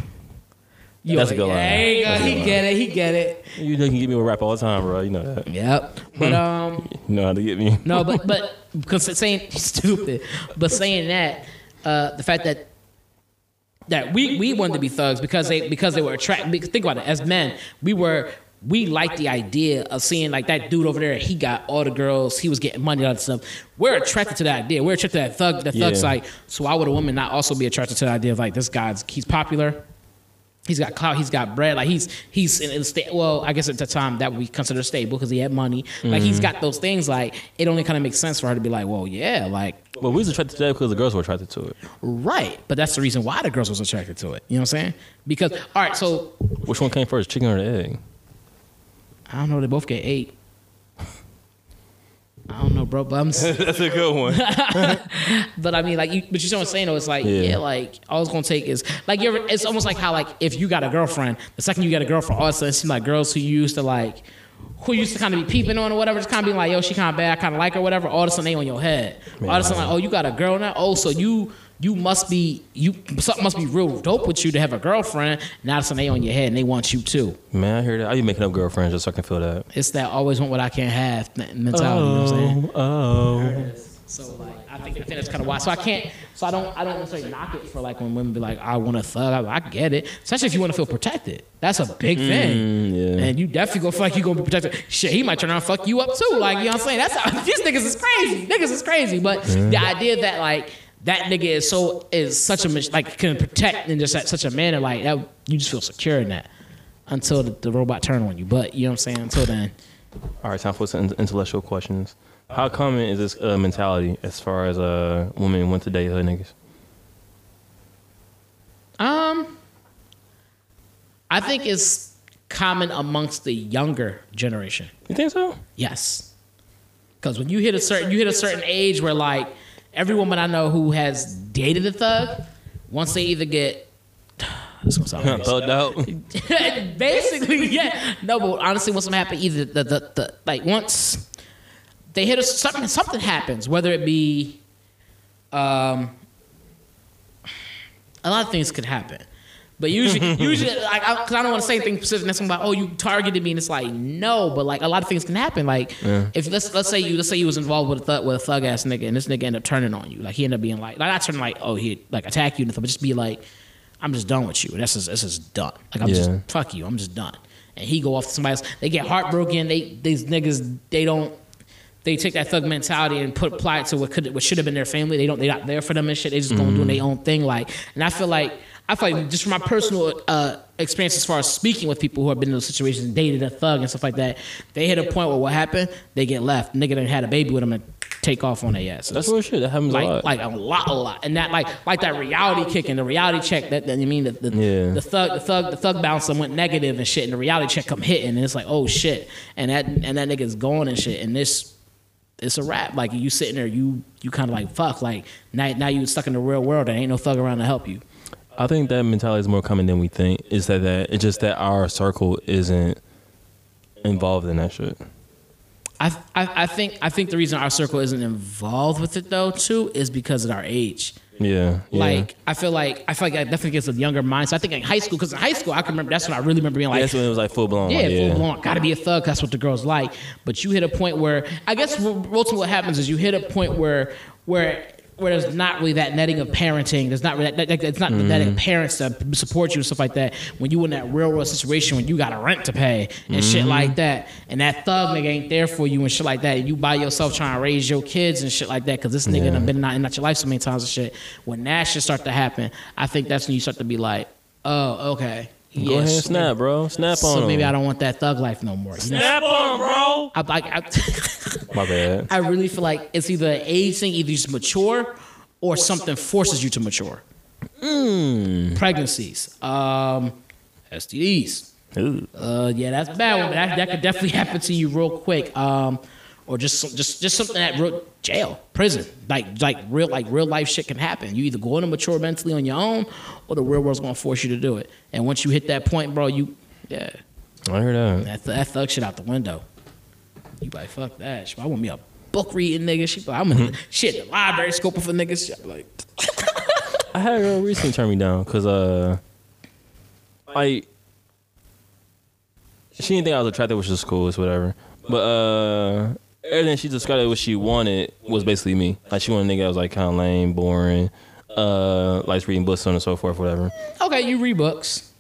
[SPEAKER 1] You
[SPEAKER 2] That's a
[SPEAKER 1] like,
[SPEAKER 2] good line.
[SPEAKER 1] "There you go.
[SPEAKER 2] That's a good
[SPEAKER 1] He
[SPEAKER 2] line.
[SPEAKER 1] get it. He get it.
[SPEAKER 2] You can get me a rap all the time, bro. You know that.
[SPEAKER 1] Yep. But
[SPEAKER 2] Hmm.
[SPEAKER 1] um,
[SPEAKER 2] You know how to get me.
[SPEAKER 1] no, but but because saying (laughs) stupid, but saying that, uh, the fact that that we we wanted to be thugs because they because they were attracted. Think about it. As men, we were. We liked the idea of seeing like that dude over there. He got all the girls. He was getting money, all that stuff. We're attracted to that idea. We're attracted to that thug. That thug's
[SPEAKER 2] Yeah.
[SPEAKER 1] like. So why would a woman not also be attracted to the idea of like this guy's he's popular, he's got clout, he's got bread, like he's he's in, in sta- well, I guess at the time that would be considered stable because he had money. Like he's got those things. Like it only kind of makes sense for her to be like, well, yeah, like
[SPEAKER 2] Well, we was attracted to that because the girls were attracted to it.
[SPEAKER 1] right. But that's the reason why the girls was attracted to it. You know what I'm saying? Because all right, so
[SPEAKER 2] Which one came first, chicken or the egg?
[SPEAKER 1] I don't know. They both get eight. I don't know, bro. But I'm, s-
[SPEAKER 2] (laughs) That's a good one.
[SPEAKER 1] but I mean, like, you, but you see what I'm saying? Though it's like,
[SPEAKER 2] Yeah.
[SPEAKER 1] yeah. like all it's gonna take is like you're. It's almost like how like if you got a girlfriend, the second you get a girlfriend, all of a sudden it seems like girls who you used to like, who you used to kind of be peeping on or whatever, just kind of being like, yo, she kind of bad, I kind of like her, whatever. All of a sudden they on your head. All of a sudden, like, oh, you got a girl now. Oh, so you. You must be you. Something must be real dope with you to have a girlfriend. Now all of a sudden they on your head and they want you too.
[SPEAKER 2] Man, I hear that. I be making up girlfriends just so I can feel that.
[SPEAKER 1] It's that always want what I can't have th- mentality. You know what I'm saying?
[SPEAKER 2] oh.
[SPEAKER 1] So like I think, I think that's kind of why. So I can't. So I don't. I don't necessarily knock it for like when women be like, I want a thug. I, I get it. Especially if you want to feel protected. That's a big thing.
[SPEAKER 2] yeah.
[SPEAKER 1] And you definitely gonna feel like you gonna be protected. Shit, he might turn around and fuck you up too. Like you know what I'm saying? That's how, (laughs) these niggas is crazy. Niggas is crazy. But the idea that like that nigga is so is such a mach- like can protect in just that, such a manner like that you just feel secure in that until the, the robot turn on you. But you know what I'm saying? Until then.
[SPEAKER 2] All right, time for some intellectual questions. How common is this uh, mentality as far as uh, women want to date her niggas?
[SPEAKER 1] Um, I think it's common amongst the younger generation.
[SPEAKER 2] You think (laughs) so?
[SPEAKER 1] Yes, because when you hit a certain you hit a certain age where like every woman I know who has dated a thug, once they either get (sighs) this gonna sound
[SPEAKER 2] (laughs)
[SPEAKER 1] crazy.
[SPEAKER 2] Thugged
[SPEAKER 1] (laughs)
[SPEAKER 2] out.
[SPEAKER 1] basically yeah no but honestly once something happens either the, the, the like once they hit a something something happens whether it be um a lot of things could happen but usually usually like because I, don't want to say anything specific that's about oh you targeted me and it's like no but like a lot of things can happen like if let's let's say you let's say you was involved with a thug with a thug ass nigga and this nigga ended up turning on you like he ended up being like like not turning like oh he like attack you and stuff but just be like I'm just done with you. That's just, this is done. Like I'm just
[SPEAKER 2] Yeah.
[SPEAKER 1] fuck you. I'm just done. And he go off to somebody else. They get heartbroken. They these niggas they don't they take that thug mentality and put apply it to what could what should have been their family. They don't they not there for them and shit. They just going doing their own thing. Like and I feel like I feel like just from my personal uh, experience as far as speaking with people who have been in those situations, dated a thug and stuff like that, they hit a point where what happened, they get left. Nigga done had a baby with them and take off on their ass
[SPEAKER 2] That's real shit. That happens a
[SPEAKER 1] like
[SPEAKER 2] lot.
[SPEAKER 1] like a lot, a lot, and that like like that reality kick and the reality check that, that you mean the the,
[SPEAKER 2] Yeah.
[SPEAKER 1] the thug the thug the thug bouncer went negative and shit, and the reality check come hitting, and it's like oh shit, and that and that nigga's gone and shit, and this it's a wrap. Like you sitting there, you you kind of like fuck, like now now you stuck in the real world, and ain't no thug around to help you.
[SPEAKER 2] I think that mentality is more common than we think. It's that, that it's just that our circle isn't involved in that shit.
[SPEAKER 1] I, I, I think I think the reason our circle isn't involved with it though too is because of our age.
[SPEAKER 2] Yeah. yeah.
[SPEAKER 1] Like I feel like I feel like I definitely gets a younger mind. So I think in high school, because in high school I can remember that's when I really remember being like,
[SPEAKER 2] that's when it was like full blown.
[SPEAKER 1] Yeah,
[SPEAKER 2] like,
[SPEAKER 1] full blown. Gotta be a thug. That's what the girls like. But you hit a point where I guess ultimately what happens is you hit a point where where where there's not really that netting of parenting. There's not really that, that, it's not
[SPEAKER 2] Mm-hmm.
[SPEAKER 1] the netting of parents that support you and stuff like that. When you in that real world situation when you got a rent to pay and
[SPEAKER 2] Mm-hmm.
[SPEAKER 1] shit like that, and that thug nigga ain't there for you and shit like that, and you by yourself trying to raise your kids and shit like that because this nigga
[SPEAKER 2] Yeah.
[SPEAKER 1] done been not in out your life so many times and shit. When that shit start to happen, I think that's when you start to be like, oh okay.
[SPEAKER 2] Go ahead and
[SPEAKER 1] Yes,
[SPEAKER 2] snap, bro. Snap on.
[SPEAKER 1] so maybe I
[SPEAKER 2] them.
[SPEAKER 1] don't want that thug life no more. You know?
[SPEAKER 2] Snap on, bro.
[SPEAKER 1] I, like, I, (laughs)
[SPEAKER 2] My bad.
[SPEAKER 1] I really feel like it's either an age thing, either you just mature or something forces you to mature.
[SPEAKER 2] Hmm.
[SPEAKER 1] Pregnancies, um, STDs.
[SPEAKER 2] Ooh.
[SPEAKER 1] Uh, yeah, that's a bad one. but That, that could definitely happen to you real quick. Um, or just some, just just something that real jail, prison, like like real like real life shit can happen. You either go in and mature mentally on your own, or the real world's gonna force you to do it. And once you hit that point, bro, you yeah,
[SPEAKER 2] I heard
[SPEAKER 1] that
[SPEAKER 2] that.
[SPEAKER 1] that thug shit out the window. You like fuck that. She, I want me a book reading nigga. She, like, I'm in shit the library scoping for niggas. She, like
[SPEAKER 2] I had a girl recently turn me down because uh, like she didn't think I was attracted, which is cool, it's whatever. But uh, everything she described what she wanted was basically me. Like she wanted a nigga that was like kind of lame, boring, uh, likes reading books so on and so forth, whatever.
[SPEAKER 1] Okay, you read books.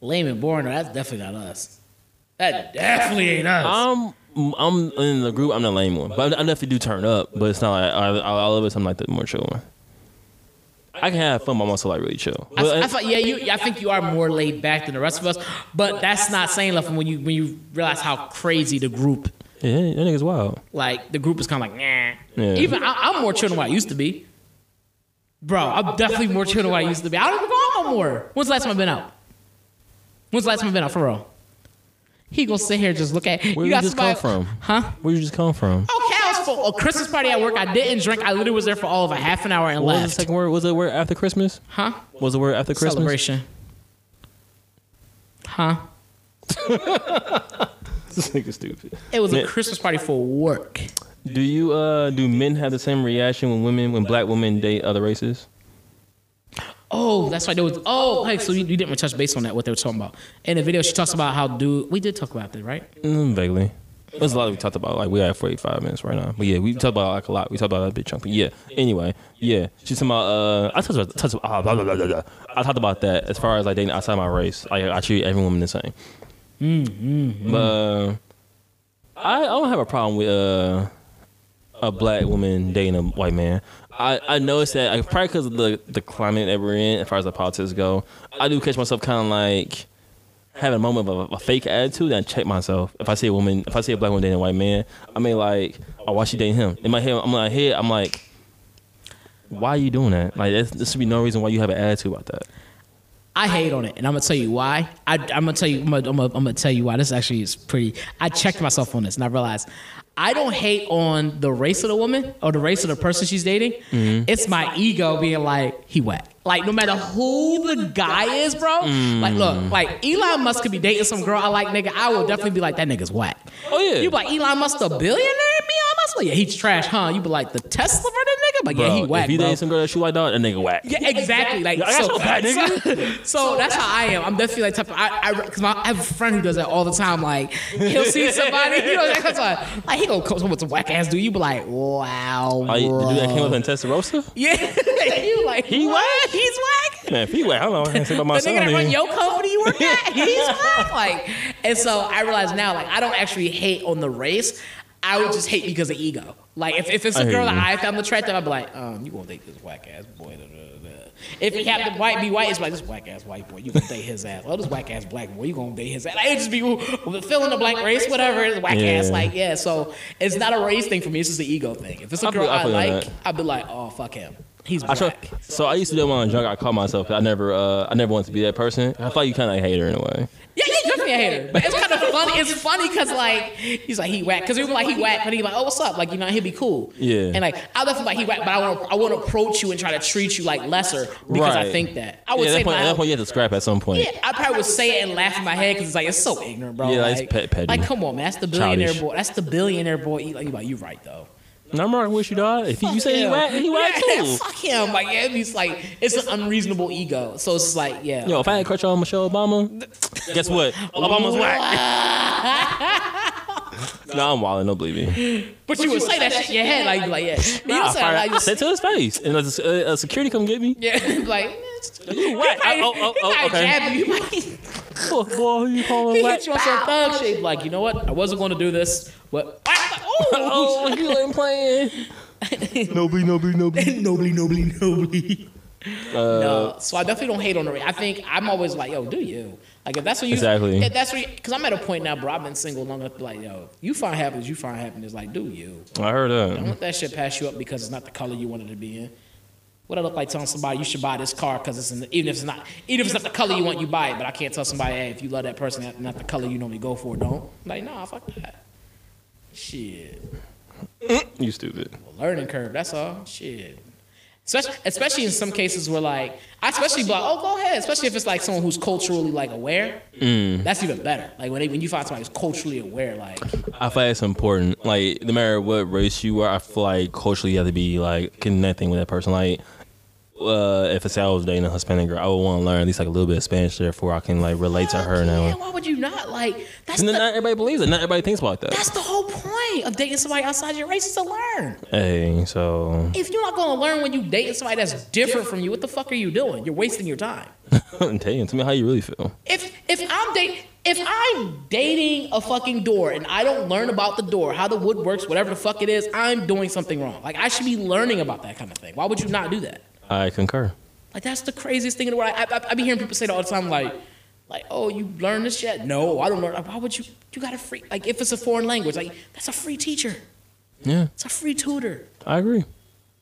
[SPEAKER 1] Lame and boring. though, That's definitely not us. That definitely ain't us.
[SPEAKER 2] I'm I'm in the group. I'm the lame one, but I definitely do turn up. But it's not like I I, I love it. I'm like the more chill one. I can have fun, but I'm also like really chill.
[SPEAKER 1] I,
[SPEAKER 2] But-
[SPEAKER 1] I thought, yeah, you. I think you are more laid back than the rest of us, but that's not saying nothing when you when you realize how crazy the group.
[SPEAKER 2] yeah, that nigga's wild.
[SPEAKER 1] Like the group is kind of like, nah.
[SPEAKER 2] Yeah.
[SPEAKER 1] Even I, I'm more chill than what I used to be, bro. I'm definitely more chill than what I used to be. I don't even go out no more. When's the last time I've been out? When's the last time I've been out for real? He gonna sit here and just look at.
[SPEAKER 2] Where
[SPEAKER 1] you
[SPEAKER 2] you
[SPEAKER 1] got
[SPEAKER 2] just come
[SPEAKER 1] somebody-
[SPEAKER 2] from?
[SPEAKER 1] Huh?
[SPEAKER 2] Where you just come from?
[SPEAKER 1] Okay, I was for a Christmas party at work. I didn't drink. I literally was there for all of a half an hour and
[SPEAKER 2] What was the
[SPEAKER 1] left.
[SPEAKER 2] second word? Was it word after Christmas?
[SPEAKER 1] Huh?
[SPEAKER 2] Was it word after Christmas?
[SPEAKER 1] Celebration. Huh?
[SPEAKER 2] (laughs) This nigga stupid.
[SPEAKER 1] It was a
[SPEAKER 2] Yeah.
[SPEAKER 1] Christmas party for work.
[SPEAKER 2] Do you uh do men have the same reaction when women when black women date other races?
[SPEAKER 1] Oh, that's why there was. Oh, hey, so you, you didn't touch base on that, what they were talking about. In the video, she talks about how dude. We did talk about that, right?
[SPEAKER 2] Mm, vaguely. There's a lot we talked about. Like we are at 45 minutes right now, but yeah, we talked about like a lot. We talked about a bit chunky. Yeah. Anyway, yeah. She's talking about. Uh, I talked about. Touched, ah, blah, blah, blah, blah, blah. I talked about that as far as like dating outside my race. I, I treat every woman the same. But uh, I, I don't have a problem with uh, a black woman dating a white man. I, I noticed that like, probably because of the, the climate that we're in, as far as the politics go, I do catch myself kind of like having a moment of a, a fake attitude and I check myself. If I see a woman, if I see a black woman dating a white man, I may like, oh, why she dating him? In my head, I'm like, head, I'm like, why are you doing that? Like, that's, there should be no reason why you have an attitude about that.
[SPEAKER 1] I hate on it, and I'm gonna tell you why. I, I'm gonna tell you. I'm gonna, I'm, gonna, I'm gonna tell you why. This actually is pretty. I checked myself on this, and I realized I don't hate on the race of the woman or the race of the person she's dating. It's my ego being like, he whack. Like no matter who the guy is, bro. Like look, like Elon Musk could be dating some girl I like, nigga. I will definitely be like, that nigga's whack.
[SPEAKER 2] Oh, yeah.
[SPEAKER 1] You be like Elon Musk a billionaire? Me, Elon Musk? Like, yeah, he's trash, huh? You be like the Tesla for that nigga? But yeah, he
[SPEAKER 2] Bro,
[SPEAKER 1] whack.
[SPEAKER 2] if you
[SPEAKER 1] bro.
[SPEAKER 2] dating some girl that she white dog, that nigga whack.
[SPEAKER 1] Yeah, exactly. Like,
[SPEAKER 2] Like,
[SPEAKER 1] (laughs)
[SPEAKER 2] that's
[SPEAKER 1] so,
[SPEAKER 2] not bad,
[SPEAKER 1] so,
[SPEAKER 2] nigga.
[SPEAKER 1] so that's how I am. I'm definitely like type. Of, I, I, cause my, I have a friend who does that all the time. Like, he'll see somebody, (laughs) you know, that's why, like he gonna come with some whack ass dude. You be like, wow,
[SPEAKER 2] Like, Oh, the dude that came
[SPEAKER 1] bro.
[SPEAKER 2] up in Testarossa?
[SPEAKER 1] yeah, (laughs) you like
[SPEAKER 2] He
[SPEAKER 1] what?
[SPEAKER 2] whack?
[SPEAKER 1] He's whack.
[SPEAKER 2] Man, if he whack, I don't know. I can't say
[SPEAKER 1] (laughs) The
[SPEAKER 2] about
[SPEAKER 1] nigga
[SPEAKER 2] myself.
[SPEAKER 1] that run
[SPEAKER 2] nigga.
[SPEAKER 1] your company you work
[SPEAKER 2] (laughs)
[SPEAKER 1] at, he's whack. Like, and so I realize now, like, I don't actually hate on the race. I would just hate because of ego. Like, if, if it's a
[SPEAKER 2] I hear
[SPEAKER 1] girl that
[SPEAKER 2] you.
[SPEAKER 1] I found attractive, I'd be like, um, you gonna date this whack ass boy. da, da, da, da. If he happened to white, be white, it's like, this whack ass white boy, you gonna date his ass. Oh, this whack ass black boy, you gonna date his ass. Like, it just be ooh, fill in the blank race, whatever, it's whack ass.
[SPEAKER 2] Yeah.
[SPEAKER 1] Like, yeah, so it's not a race thing for me, it's just an ego thing. If it's a
[SPEAKER 2] I feel-
[SPEAKER 1] girl
[SPEAKER 2] I
[SPEAKER 1] I
[SPEAKER 2] feel
[SPEAKER 1] like,
[SPEAKER 2] that.
[SPEAKER 1] I'd be like, oh, fuck him. He's
[SPEAKER 2] I try,
[SPEAKER 1] black.
[SPEAKER 2] so I used to do it when I was drunk. I caught myself. I never, uh, I never wanted to be that person. I thought you kind of hate her in a way.
[SPEAKER 1] Yeah, yeah, definitely a hater. But it's
[SPEAKER 2] (laughs)
[SPEAKER 1] kind of funny. It's funny because like he's like he whack because people like he whack, but he like oh what's up? Like you know he'd be cool.
[SPEAKER 2] Yeah.
[SPEAKER 1] And like I definitely like he whack, but I want to I want to approach you and try to treat you like lesser because I
[SPEAKER 2] Right.
[SPEAKER 1] think that I would
[SPEAKER 2] yeah, at
[SPEAKER 1] say
[SPEAKER 2] that point, at
[SPEAKER 1] my.
[SPEAKER 2] that point, you have to scrap at some point.
[SPEAKER 1] (laughs) yeah, I probably would say it and laugh in my head because it's like it's so ignorant, bro.
[SPEAKER 2] Yeah,
[SPEAKER 1] like,
[SPEAKER 2] it's pet- petty.
[SPEAKER 1] Like, come on, man, that's the billionaire
[SPEAKER 2] Childish.
[SPEAKER 1] boy. That's the billionaire boy. He, like, you like, you right though.
[SPEAKER 2] And I'm rocking with you, dog. If you say he
[SPEAKER 1] Yeah.
[SPEAKER 2] whack, he whack
[SPEAKER 1] Yeah, (laughs)
[SPEAKER 2] too.
[SPEAKER 1] Fuck him. Like, yeah, it's like it's an unreasonable ego. So it's just like, yeah.
[SPEAKER 2] Yo, if I had a crush on Michelle Obama, guess what? Obama's whack. no, I'm wilding. Don't believe me.
[SPEAKER 1] but you would say that shit in your head, like, you be like, yeah. You
[SPEAKER 2] Nah,
[SPEAKER 1] don't
[SPEAKER 2] I
[SPEAKER 1] say
[SPEAKER 2] fired-
[SPEAKER 1] that, like, you
[SPEAKER 2] said to his face, and a, a, a security come get me.
[SPEAKER 1] Yeah, (laughs) like you
[SPEAKER 2] whack.
[SPEAKER 1] (laughs) He might,
[SPEAKER 2] Oh, oh, oh,
[SPEAKER 1] he might
[SPEAKER 2] okay.
[SPEAKER 1] jab you. He might (laughs) he
[SPEAKER 2] Oh, boy,
[SPEAKER 1] (laughs)
[SPEAKER 2] you calling whack?
[SPEAKER 1] hit you on some thug shit. Like you know what? I wasn't going to do this, but (laughs)
[SPEAKER 2] Oh, you ain't playing.
[SPEAKER 1] Oh. (laughs)
[SPEAKER 2] Nobody, nobody, nobody.
[SPEAKER 1] nobly, nobly, (laughs) nobly.
[SPEAKER 2] Uh,
[SPEAKER 1] No, so I definitely don't hate on the. ra- I think I'm always like, yo, do you? Like if that's what you
[SPEAKER 2] Exactly.
[SPEAKER 1] If that's what because I'm at a point now, bro. I've been single long enough. to be Like yo, you find happiness, you find happiness. Like do you?
[SPEAKER 2] I heard uh,
[SPEAKER 1] Don't
[SPEAKER 2] that.
[SPEAKER 1] let that shit pass you up because it's not the color you wanted to be in. What I look like telling somebody you should buy this car because it's in, even if it's not even if it's not the color you want, you buy it. But I can't tell somebody, hey, if you love that person, that not the color you normally go for, don't. Like, nah, fuck that. Shit.
[SPEAKER 2] You stupid.
[SPEAKER 1] A learning curve. That's all. Shit. Especially, especially in some cases where like I especially be like, oh go ahead. Especially if it's like someone who's culturally like aware.
[SPEAKER 2] Mm.
[SPEAKER 1] That's even better. Like when they, when you find somebody who's culturally aware, like
[SPEAKER 2] I feel like it's important. Like no matter what race you are, I feel like culturally you have to be like connecting with that person. Like uh, if it's I was dating a Hispanic girl, I would want to learn at least like a little bit of Spanish, therefore I can like relate to her
[SPEAKER 1] Yeah,
[SPEAKER 2] now.
[SPEAKER 1] why would you not like? That's
[SPEAKER 2] And
[SPEAKER 1] the,
[SPEAKER 2] then not everybody believes it. Not everybody thinks about
[SPEAKER 1] that's
[SPEAKER 2] that.
[SPEAKER 1] the whole point of dating somebody outside your race is to learn.
[SPEAKER 2] Hey, so
[SPEAKER 1] If you're not gonna learn when you date somebody that's different from you, what the fuck are you doing? You're wasting your time.
[SPEAKER 2] damn, tell me how you really feel.
[SPEAKER 1] If if I'm date if I'm dating a fucking door and I don't learn about the door, how the wood works, whatever the fuck it is, I'm doing something wrong. Like I should be learning about that kind of thing. Why would you not do that?
[SPEAKER 2] I concur.
[SPEAKER 1] Like that's the craziest thing in the world. I, I, I be hearing people say that all the time. Like, like oh, you learn this yet? No, I don't learn. Like, why would you? You got a free like if it's a foreign language, like that's a free teacher.
[SPEAKER 2] Yeah,
[SPEAKER 1] It's a free tutor.
[SPEAKER 2] I agree.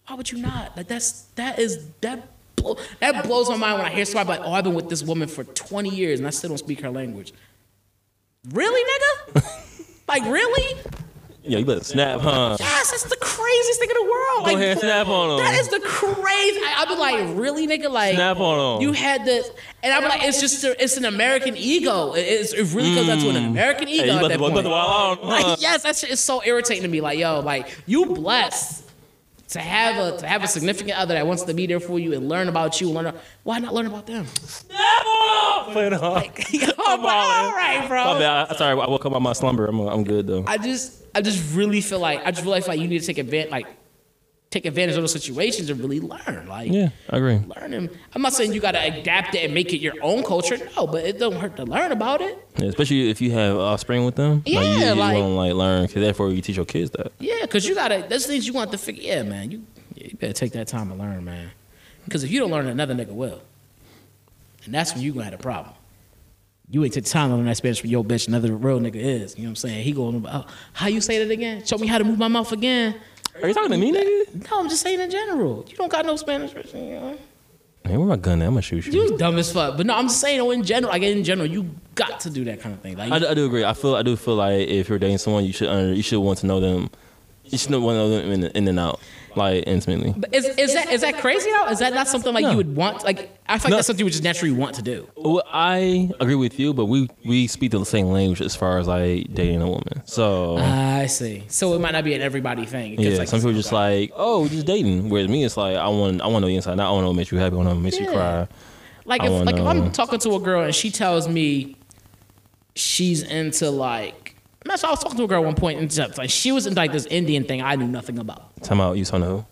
[SPEAKER 1] Why would you not? Like that's that is that blow, that blows my mind when I hear somebody like, oh, I've been with this woman for 20 years and I still don't speak her language. Really, nigga? (laughs) like really?
[SPEAKER 2] Yeah, you better snap, huh?
[SPEAKER 1] Yes, that's the craziest thing in the world.
[SPEAKER 2] Go
[SPEAKER 1] like,
[SPEAKER 2] ahead, snap on 'em.
[SPEAKER 1] That is the crazy. I, I've been like, really, nigga, like
[SPEAKER 2] Snap on 'em.
[SPEAKER 1] You had this, and I'm like, it's just a, it's an American ego. It, it's, it really comes down to an American ego
[SPEAKER 2] Mm. Hey, you
[SPEAKER 1] at that
[SPEAKER 2] about to, you about
[SPEAKER 1] point.
[SPEAKER 2] to wild out, huh?
[SPEAKER 1] Like, yes, that shit is so irritating to me. Like, yo, like you blessed to have a to have a significant other that wants to be there for you and learn about you. Learn why not learn about them? (laughs)
[SPEAKER 2] Play it off. (laughs)
[SPEAKER 1] oh, bro, all right, bro.
[SPEAKER 2] My bad. I, sorry, I woke up out of my slumber. I'm, I'm good though.
[SPEAKER 1] I just I just really feel like I just really feel like you need to take advantage like take advantage of those situations and really learn. Like
[SPEAKER 2] Yeah, I agree.
[SPEAKER 1] learn them. I'm not saying you gotta adapt it and make it your own culture. No, but it don't hurt to learn about it.
[SPEAKER 2] Yeah, especially if you have offspring with them. like, you,
[SPEAKER 1] Yeah,
[SPEAKER 2] you
[SPEAKER 1] like-
[SPEAKER 2] want to like learn because therefore you teach your kids that.
[SPEAKER 1] Yeah, cause you gotta there's things you want to figure yeah, man. You yeah, you better take that time to learn, man. Cause if you don't learn another nigga will. And that's when you gonna have a problem. You ain't take the time to learn that Spanish from your bitch, another real nigga is. You know what I'm saying? He going, oh, how you say that again? Show me how to move my mouth again.
[SPEAKER 2] Are you talking to me, nigga?
[SPEAKER 1] No, I'm just saying in general. You don't got no Spanish. You, know?
[SPEAKER 2] Hey, where my gun at? I'm gonna shoot you.
[SPEAKER 1] you dumb as fuck. But no, I'm just saying in general. Like in general, you got to do that kind of thing. Like
[SPEAKER 2] I, do- I do agree. I feel I do feel like if you're dating someone, you should under, you should want to know them. You should know- want to know them in, in and out, like intimately.
[SPEAKER 1] But is, is that is that crazy though? Is that not something like
[SPEAKER 2] No.
[SPEAKER 1] you would want? Like I feel like
[SPEAKER 2] No.
[SPEAKER 1] that's something you would just naturally want to do.
[SPEAKER 2] Well, I agree with you, but we we speak the same language as far as like dating a woman. So
[SPEAKER 1] I see. So it might not be an everybody thing. Ah, 'cause,
[SPEAKER 2] yeah,
[SPEAKER 1] like,
[SPEAKER 2] some people just like, oh, we're just dating. Whereas me, it's like I want I want to know the inside. Now I want to make you happy. I want to make you
[SPEAKER 1] Yeah.
[SPEAKER 2] cry.
[SPEAKER 1] like
[SPEAKER 2] I
[SPEAKER 1] if like if I'm
[SPEAKER 2] wanna-
[SPEAKER 1] talking to a girl and she tells me she's into like. Man, so I was talking to a girl at one point and just, like she was into like this Indian thing I knew nothing about.
[SPEAKER 2] Time out. You talking to who?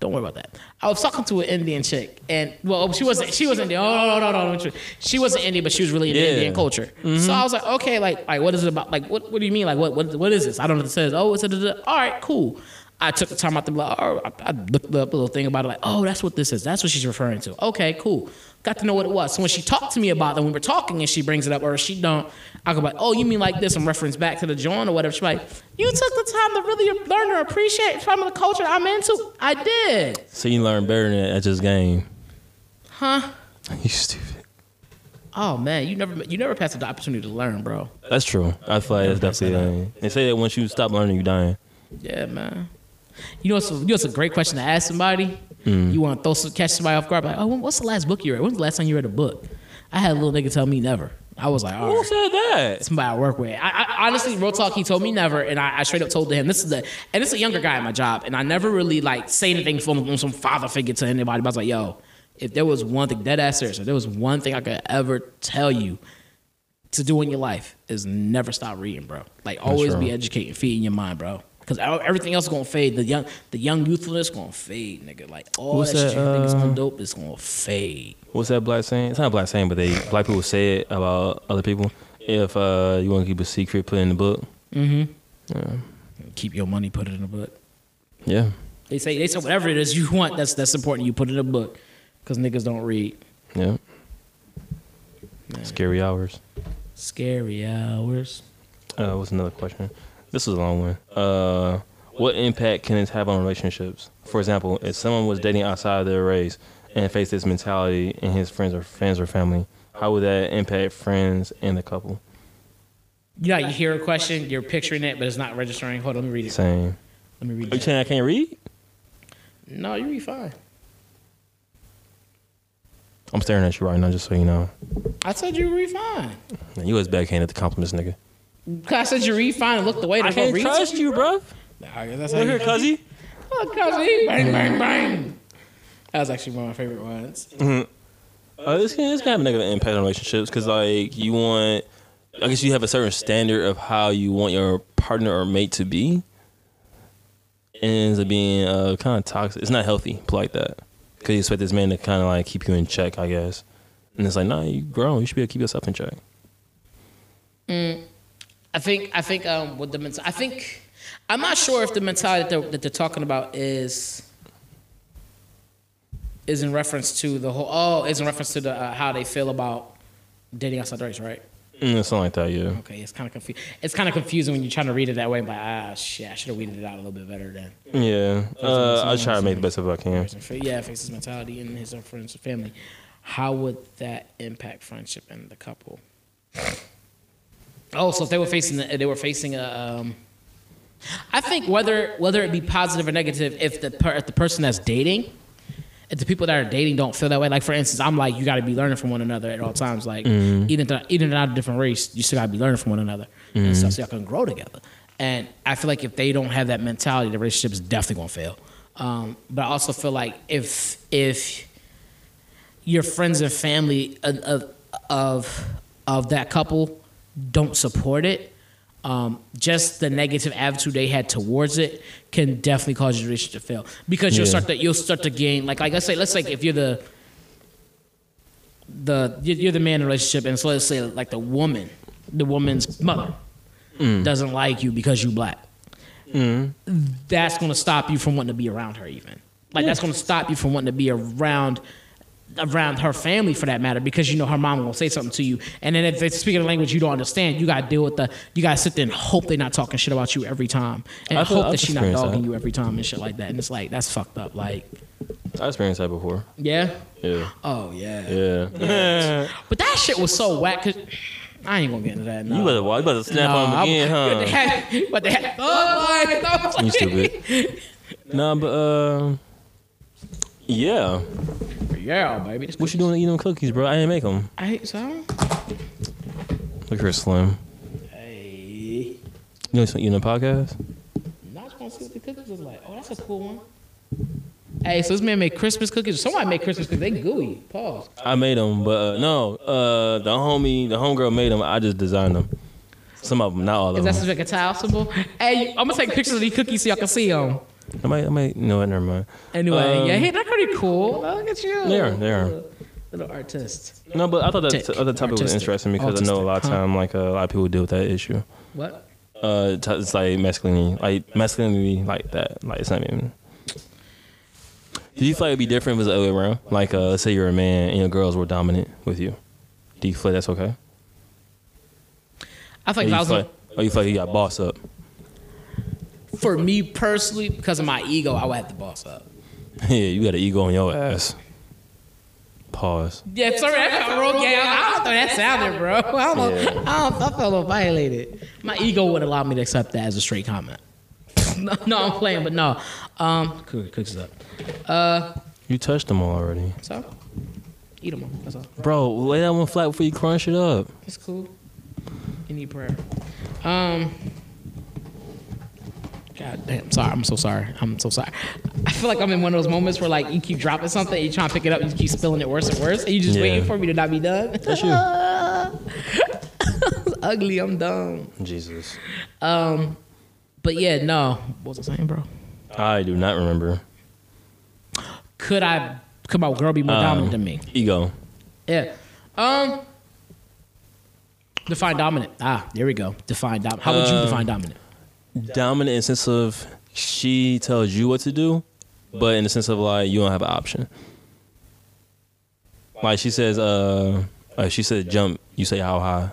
[SPEAKER 1] Don't worry about that. I was talking to an Indian chick, and well, she wasn't. She wasn't Indian. Oh no, no, no, no, no. She wasn't Indian, but she was really into
[SPEAKER 2] Yeah.
[SPEAKER 1] Indian culture. So I was like, okay, like, like, what is it about? Like, what, what do you mean? Like, what, what, what is this? I don't know what it says. Oh, it's a, da, da. all right, cool. I took the time out to be like, oh, I, I looked up a little thing about it. Like, oh, that's what this is. That's what she's referring to. Okay, cool. Got to know what it was. So when she talked to me about it, when we were talking, and she brings it up, or she don't, I go like, oh, you mean like this? And reference back to the joint or whatever. She's like, you took the time to really learn to appreciate some of the culture I'm into. I did.
[SPEAKER 2] So you learn better than at this game.
[SPEAKER 1] Huh?
[SPEAKER 2] (laughs) You stupid.
[SPEAKER 1] Oh man, you never you never passed up the opportunity to learn, bro.
[SPEAKER 2] That's true. I feel like that's definitely. Dying. They say that once you stop learning, you dying.
[SPEAKER 1] Yeah, man. You know, it's a, you know, it's a great question to ask somebody. You want to throw some, catch somebody off guard, like, oh, when- what's the last book you read? When's the last time you read a book? I had a little nigga tell me never. I was like, all
[SPEAKER 2] Who
[SPEAKER 1] right.
[SPEAKER 2] said that?
[SPEAKER 1] Somebody I work with. I, I honestly, real talk, he told me never, and I, I straight up told him this is a and this is a younger guy at my job, and I never really like say anything from, from some father figure to anybody. But I was like, yo, if there was one thing, dead ass serious, if there was one thing I could ever tell you, to do in your life is never stop reading, bro. Like always
[SPEAKER 2] true.
[SPEAKER 1] be educating, feeding your mind, bro. Because everything else is gonna fade. The young, the young youthfulness gonna fade, nigga. Like all
[SPEAKER 2] What's
[SPEAKER 1] that, shit
[SPEAKER 2] that,
[SPEAKER 1] you think is
[SPEAKER 2] uh,
[SPEAKER 1] gonna dope is gonna fade.
[SPEAKER 2] What's that black saying? It's not a black saying, but they black people say it about other people. If uh, you want to keep a secret, put it in the book.
[SPEAKER 1] Keep your money, put it in a book.
[SPEAKER 2] Yeah.
[SPEAKER 1] They say they say whatever it is you want that's that's important. You put it in a book because niggas don't read.
[SPEAKER 2] Yeah. Scary hours.
[SPEAKER 1] Scary hours.
[SPEAKER 2] Uh, what's another question? This is a long one. Uh, what impact can it have on relationships? For example, if someone was dating outside of their race and faced this mentality, and his friends or friends or family, how would that impact friends and the couple?
[SPEAKER 1] You know, how you hear a question, you're picturing it, but it's not registering. Hold on, let me read it.
[SPEAKER 2] Same.
[SPEAKER 1] Let me read
[SPEAKER 2] Are you
[SPEAKER 1] that.
[SPEAKER 2] saying I can't read?
[SPEAKER 1] No, you read fine.
[SPEAKER 2] I'm staring at you right now, just so you know.
[SPEAKER 1] I told you read fine.
[SPEAKER 2] Man, you was backhanded the compliments, nigga.
[SPEAKER 1] I said you read fine and look the way the
[SPEAKER 2] I
[SPEAKER 1] book
[SPEAKER 2] can't
[SPEAKER 1] reads.
[SPEAKER 2] trust you, bruv.
[SPEAKER 1] I guess that's how
[SPEAKER 2] Look
[SPEAKER 1] you
[SPEAKER 2] here, cuzzy.
[SPEAKER 1] Look, cuzzy. Bang, bang, bang. That was actually one of my favorite ones.
[SPEAKER 2] Uh, this can this can have a negative impact on relationships because like you want, I guess you have a certain standard of how you want your partner or mate to be. And it ends up being uh, kind of toxic. It's not healthy put like that because you expect this man to kind of like keep you in check, I guess. And it's like, nah, you grown. You should be able to keep yourself in check.
[SPEAKER 1] I think I think um with the mental I think I'm not sure if the mentality that they're, that they're talking about is is in reference to the whole oh is in reference to the uh, how they feel about dating outside the race right
[SPEAKER 2] Mm, something like that, yeah.
[SPEAKER 1] okay it's kind of confusing it's kind of confusing when you're trying to read it that way but ah shit I should have weeded it out a little bit better then
[SPEAKER 2] Yeah. Uh, I try to make the best of it I can.
[SPEAKER 1] Person fa- yeah affects his mentality and his friends and family how would that impact friendship and the couple oh so if they were facing the, they were facing a um, I think whether whether it be positive or negative, if the per, if the person that's dating, if the people that are dating don't feel that way, like for instance, I'm like you got to be learning from one another at all times. Like even th- even out of different race, you still got to be learning from one another and stuff so y'all can grow together. And I feel like if they don't have that mentality, the relationship is definitely gonna fail. Um, but I also feel like if if your friends and family of of of, of that couple don't support it, um, just the negative attitude they had towards it can definitely cause your relationship to fail because you'll
[SPEAKER 2] Yeah.
[SPEAKER 1] start to you'll start to gain like like I say let's say if you're the the you're you're the man in the relationship and so let's say like the woman the woman's mother
[SPEAKER 2] Mm.
[SPEAKER 1] doesn't like you because you black that's going to stop you from wanting to be around her even like that's going to stop you from wanting to be around around her family for that matter because you know her mom will say something to you and then if they speak a language you don't understand you got to deal with the you got to sit there and hope they're not talking shit about you every time and
[SPEAKER 2] I've-
[SPEAKER 1] hope
[SPEAKER 2] I've
[SPEAKER 1] that she's not
[SPEAKER 2] experienced
[SPEAKER 1] dogging
[SPEAKER 2] that.
[SPEAKER 1] you every time and shit like that and it's like that's fucked up like
[SPEAKER 2] I experienced that before.
[SPEAKER 1] yeah
[SPEAKER 2] Yeah.
[SPEAKER 1] oh yeah,
[SPEAKER 2] Yeah. (laughs)
[SPEAKER 1] but that shit was so whack 'cause- I ain't gonna get into that no.
[SPEAKER 2] you better, you better snap
[SPEAKER 1] No,
[SPEAKER 2] on
[SPEAKER 1] I'm-
[SPEAKER 2] him
[SPEAKER 1] (laughs) What the
[SPEAKER 2] again, huh?
[SPEAKER 1] heck? What the heck? Oh my! God.
[SPEAKER 2] You stupid. Nah, but um, yeah.
[SPEAKER 1] (laughs) Yeah, baby.
[SPEAKER 2] What you doing eating them cookies, bro? I didn't make them.
[SPEAKER 1] I hate so.
[SPEAKER 2] Look here, Slim.
[SPEAKER 1] Hey.
[SPEAKER 2] You know, you know, podcast.
[SPEAKER 1] Now I just want to see what the cookies is like. Oh, that's a cool one. Hey, so this man made Christmas cookies. Somebody made Christmas cookies. They gooey. Pause.
[SPEAKER 2] I made them, but uh, no, uh, the homie, the homegirl made them. I just designed them. Some of them, not all of
[SPEAKER 1] Is that
[SPEAKER 2] them.
[SPEAKER 1] like a tile symbol? Hey, I'm gonna take pictures of these cookies so y'all can see them.
[SPEAKER 2] I might, I might. No, never mind.
[SPEAKER 1] Anyway,
[SPEAKER 2] Um,
[SPEAKER 1] yeah, hey, that's pretty cool. Look at you.
[SPEAKER 2] They are, they are.
[SPEAKER 1] Little artist.
[SPEAKER 2] No, but I thought that
[SPEAKER 1] Tick.
[SPEAKER 2] other topic was
[SPEAKER 1] Artistic.
[SPEAKER 2] interesting because I know a lot of
[SPEAKER 1] Autistic, huh?
[SPEAKER 2] time, like uh, a lot of people deal with that issue.
[SPEAKER 1] What?
[SPEAKER 2] Uh, t- it's like masculinity, like masculinity, like that. Like it's not even. Do you feel like it'd be different if it was the other way around? Like, uh, let's say you're a man and your girls were dominant with you. Do you feel that's okay?
[SPEAKER 1] I think if I
[SPEAKER 2] Or you
[SPEAKER 1] was
[SPEAKER 2] feel,
[SPEAKER 1] like,
[SPEAKER 2] or you feel like you got boss up? (laughs)
[SPEAKER 1] for me personally, because of my ego, I would have to boss up.
[SPEAKER 2] yeah, you got an ego on your ass. Pause.
[SPEAKER 1] Yeah, sorry, I got wrong. Yeah, I don't throw that sound there, bro. I don't, know.
[SPEAKER 2] Yeah.
[SPEAKER 1] I, don't, I felt a little violated. My ego would allow me to accept that as a straight comment. (laughs) no, no, I'm playing, but no. Um, cook, cooks up.
[SPEAKER 2] You touched them all already.
[SPEAKER 1] So, eat them all. That's all.
[SPEAKER 2] Bro, lay that one flat before you crunch it up.
[SPEAKER 1] It's cool. You need prayer. Um. God damn, sorry. I'm so sorry. I'm so sorry. I feel like I'm in one of those moments where like you keep dropping something, you trying to pick it up, you keep spilling it worse and worse, and you just
[SPEAKER 2] Yeah.
[SPEAKER 1] waiting for me to not be done.
[SPEAKER 2] That's you.
[SPEAKER 1] It's (laughs) ugly. I'm dumb.
[SPEAKER 2] Jesus.
[SPEAKER 1] But yeah, no. What was I saying, bro?
[SPEAKER 2] I do not remember.
[SPEAKER 1] Could I? Could my girl be
[SPEAKER 2] Um.
[SPEAKER 1] more dominant than me?
[SPEAKER 2] Ego.
[SPEAKER 1] Yeah. Um. Define dominant. Ah, there we go. Define dominant. How would you
[SPEAKER 2] Um,
[SPEAKER 1] define dominant?
[SPEAKER 2] Dominant in the sense of she tells you what to do, but in the sense of like you don't have an option. Like she says, uh, uh she said jump, you say how high.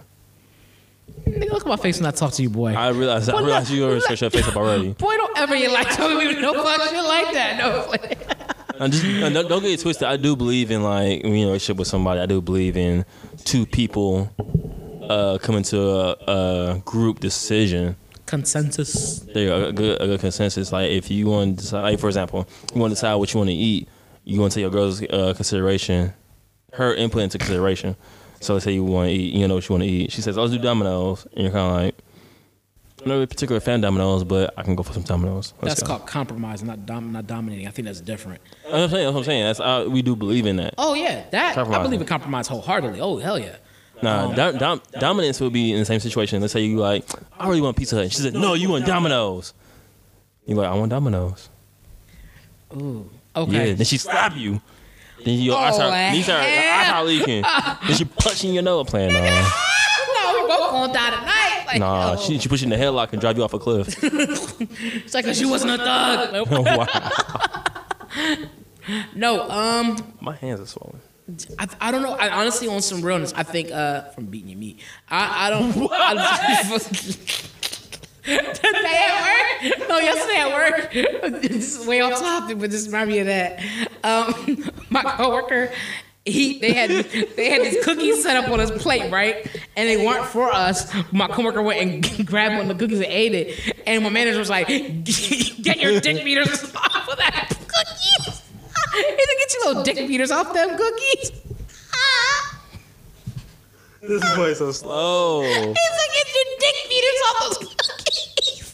[SPEAKER 1] Nigga, look at my face when I talk to you, boy.
[SPEAKER 2] I realized I
[SPEAKER 1] Well,
[SPEAKER 2] realized
[SPEAKER 1] look-
[SPEAKER 2] you already
[SPEAKER 1] look-
[SPEAKER 2] switched your face up already.
[SPEAKER 1] boy, don't ever in your life tell me
[SPEAKER 2] (laughs)
[SPEAKER 1] no fuck shit like that. No.
[SPEAKER 2] I'm just uh, don't, don't get it twisted. I do believe in like when you know relationship with somebody. I do believe in two people uh, coming to a, a group decision
[SPEAKER 1] consensus.
[SPEAKER 2] There you go. A good, a good consensus. Like if you want to decide, like for example, you want to decide what you want to eat, you want to take your girl's uh, consideration, her input into consideration. So let's say you want to eat, you know what you want to eat. She says, "Let's do Domino's," and you're kind of like, "I'm not really particular fan of Domino's, but I can go for some Domino's." Let's
[SPEAKER 1] That's
[SPEAKER 2] go.
[SPEAKER 1] called compromise, not dom- not dominating. I think that's different.
[SPEAKER 2] That's what I'm saying. That's what I'm saying. That's uh, we do believe in that.
[SPEAKER 1] Oh yeah, that I
[SPEAKER 2] Compromising.
[SPEAKER 1] believe in compromise wholeheartedly. Oh hell yeah. Oh.
[SPEAKER 2] Nah, dom- dom- dominance would be in the same situation. Let's say you like, I really want Pizza Hut. She said, No, you want Domino's. You like, I want Domino's.
[SPEAKER 1] Ooh.
[SPEAKER 2] Yeah.
[SPEAKER 1] Okay.
[SPEAKER 2] Then she slap you. Then your eyes
[SPEAKER 1] Oh,
[SPEAKER 2] are, these are, your eyes are leaking. then she punching your nose plan.
[SPEAKER 1] (laughs)
[SPEAKER 2] Nah,
[SPEAKER 1] No, we both gonna die tonight. Like,
[SPEAKER 2] nah
[SPEAKER 1] oh.
[SPEAKER 2] she, she push you in the headlock and drive you off a cliff. (laughs)
[SPEAKER 1] It's like 'cause she wasn't a thug. Nope.
[SPEAKER 2] wow.
[SPEAKER 1] No, um,
[SPEAKER 2] My hands are swollen.
[SPEAKER 1] I, I don't know. I honestly, on some realness, I think uh, from beating your meat. I, I (laughs) don't. I, Today at work? No, yesterday at work. (laughs) this is way off topic, but just remind me of that. Um, (laughs) my coworker, he they had they had these cookies set up on his plate, right? And they weren't for us. My coworker went and (laughs) grabbed one of the cookies and ate it. And my manager was like, (laughs) "Get your dick meters (laughs) off of that cookies." (laughs) He said, "Get your little dick meters off them cookies." (laughs)
[SPEAKER 2] This boy so slow.
[SPEAKER 1] He said, "Get your dick meters off those cookies."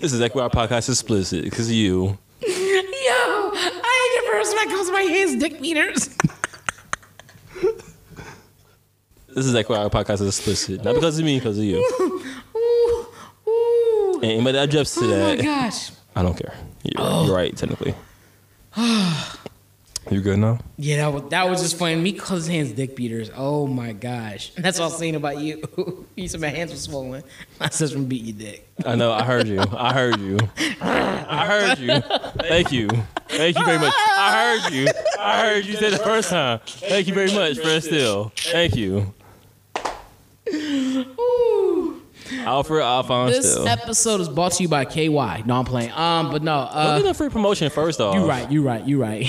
[SPEAKER 2] This is exactly why our podcast is explicit because you.
[SPEAKER 1] Yo, I ain't never respect calls my hands dick meters. (laughs)
[SPEAKER 2] This is exactly why our podcast is explicit. Not because of me, because of you.
[SPEAKER 1] Ooh, ooh.
[SPEAKER 2] And anybody that objects to
[SPEAKER 1] Oh my
[SPEAKER 2] that,
[SPEAKER 1] gosh.
[SPEAKER 2] I don't care. You're, right- you're right, technically. (sighs) you good now?
[SPEAKER 1] Yeah, that was, that was just funny. Me cousin hands dick beaters. Oh my gosh. That's all I'm saying about you. (laughs) you said my hands were swollen. My sister beat your dick.
[SPEAKER 2] I know. I heard you. I heard you. I heard you. Thank you. Thank you very much. I heard you. I heard you say the first time. Thank you very much, Fred Still. Thank you. Alfred Alphonse
[SPEAKER 1] This
[SPEAKER 2] Still.
[SPEAKER 1] episode is brought to you by KY. No, I'm playing. Um, but no,
[SPEAKER 2] Don't
[SPEAKER 1] uh,
[SPEAKER 2] get a free promotion first off.
[SPEAKER 1] you right, you right, you right.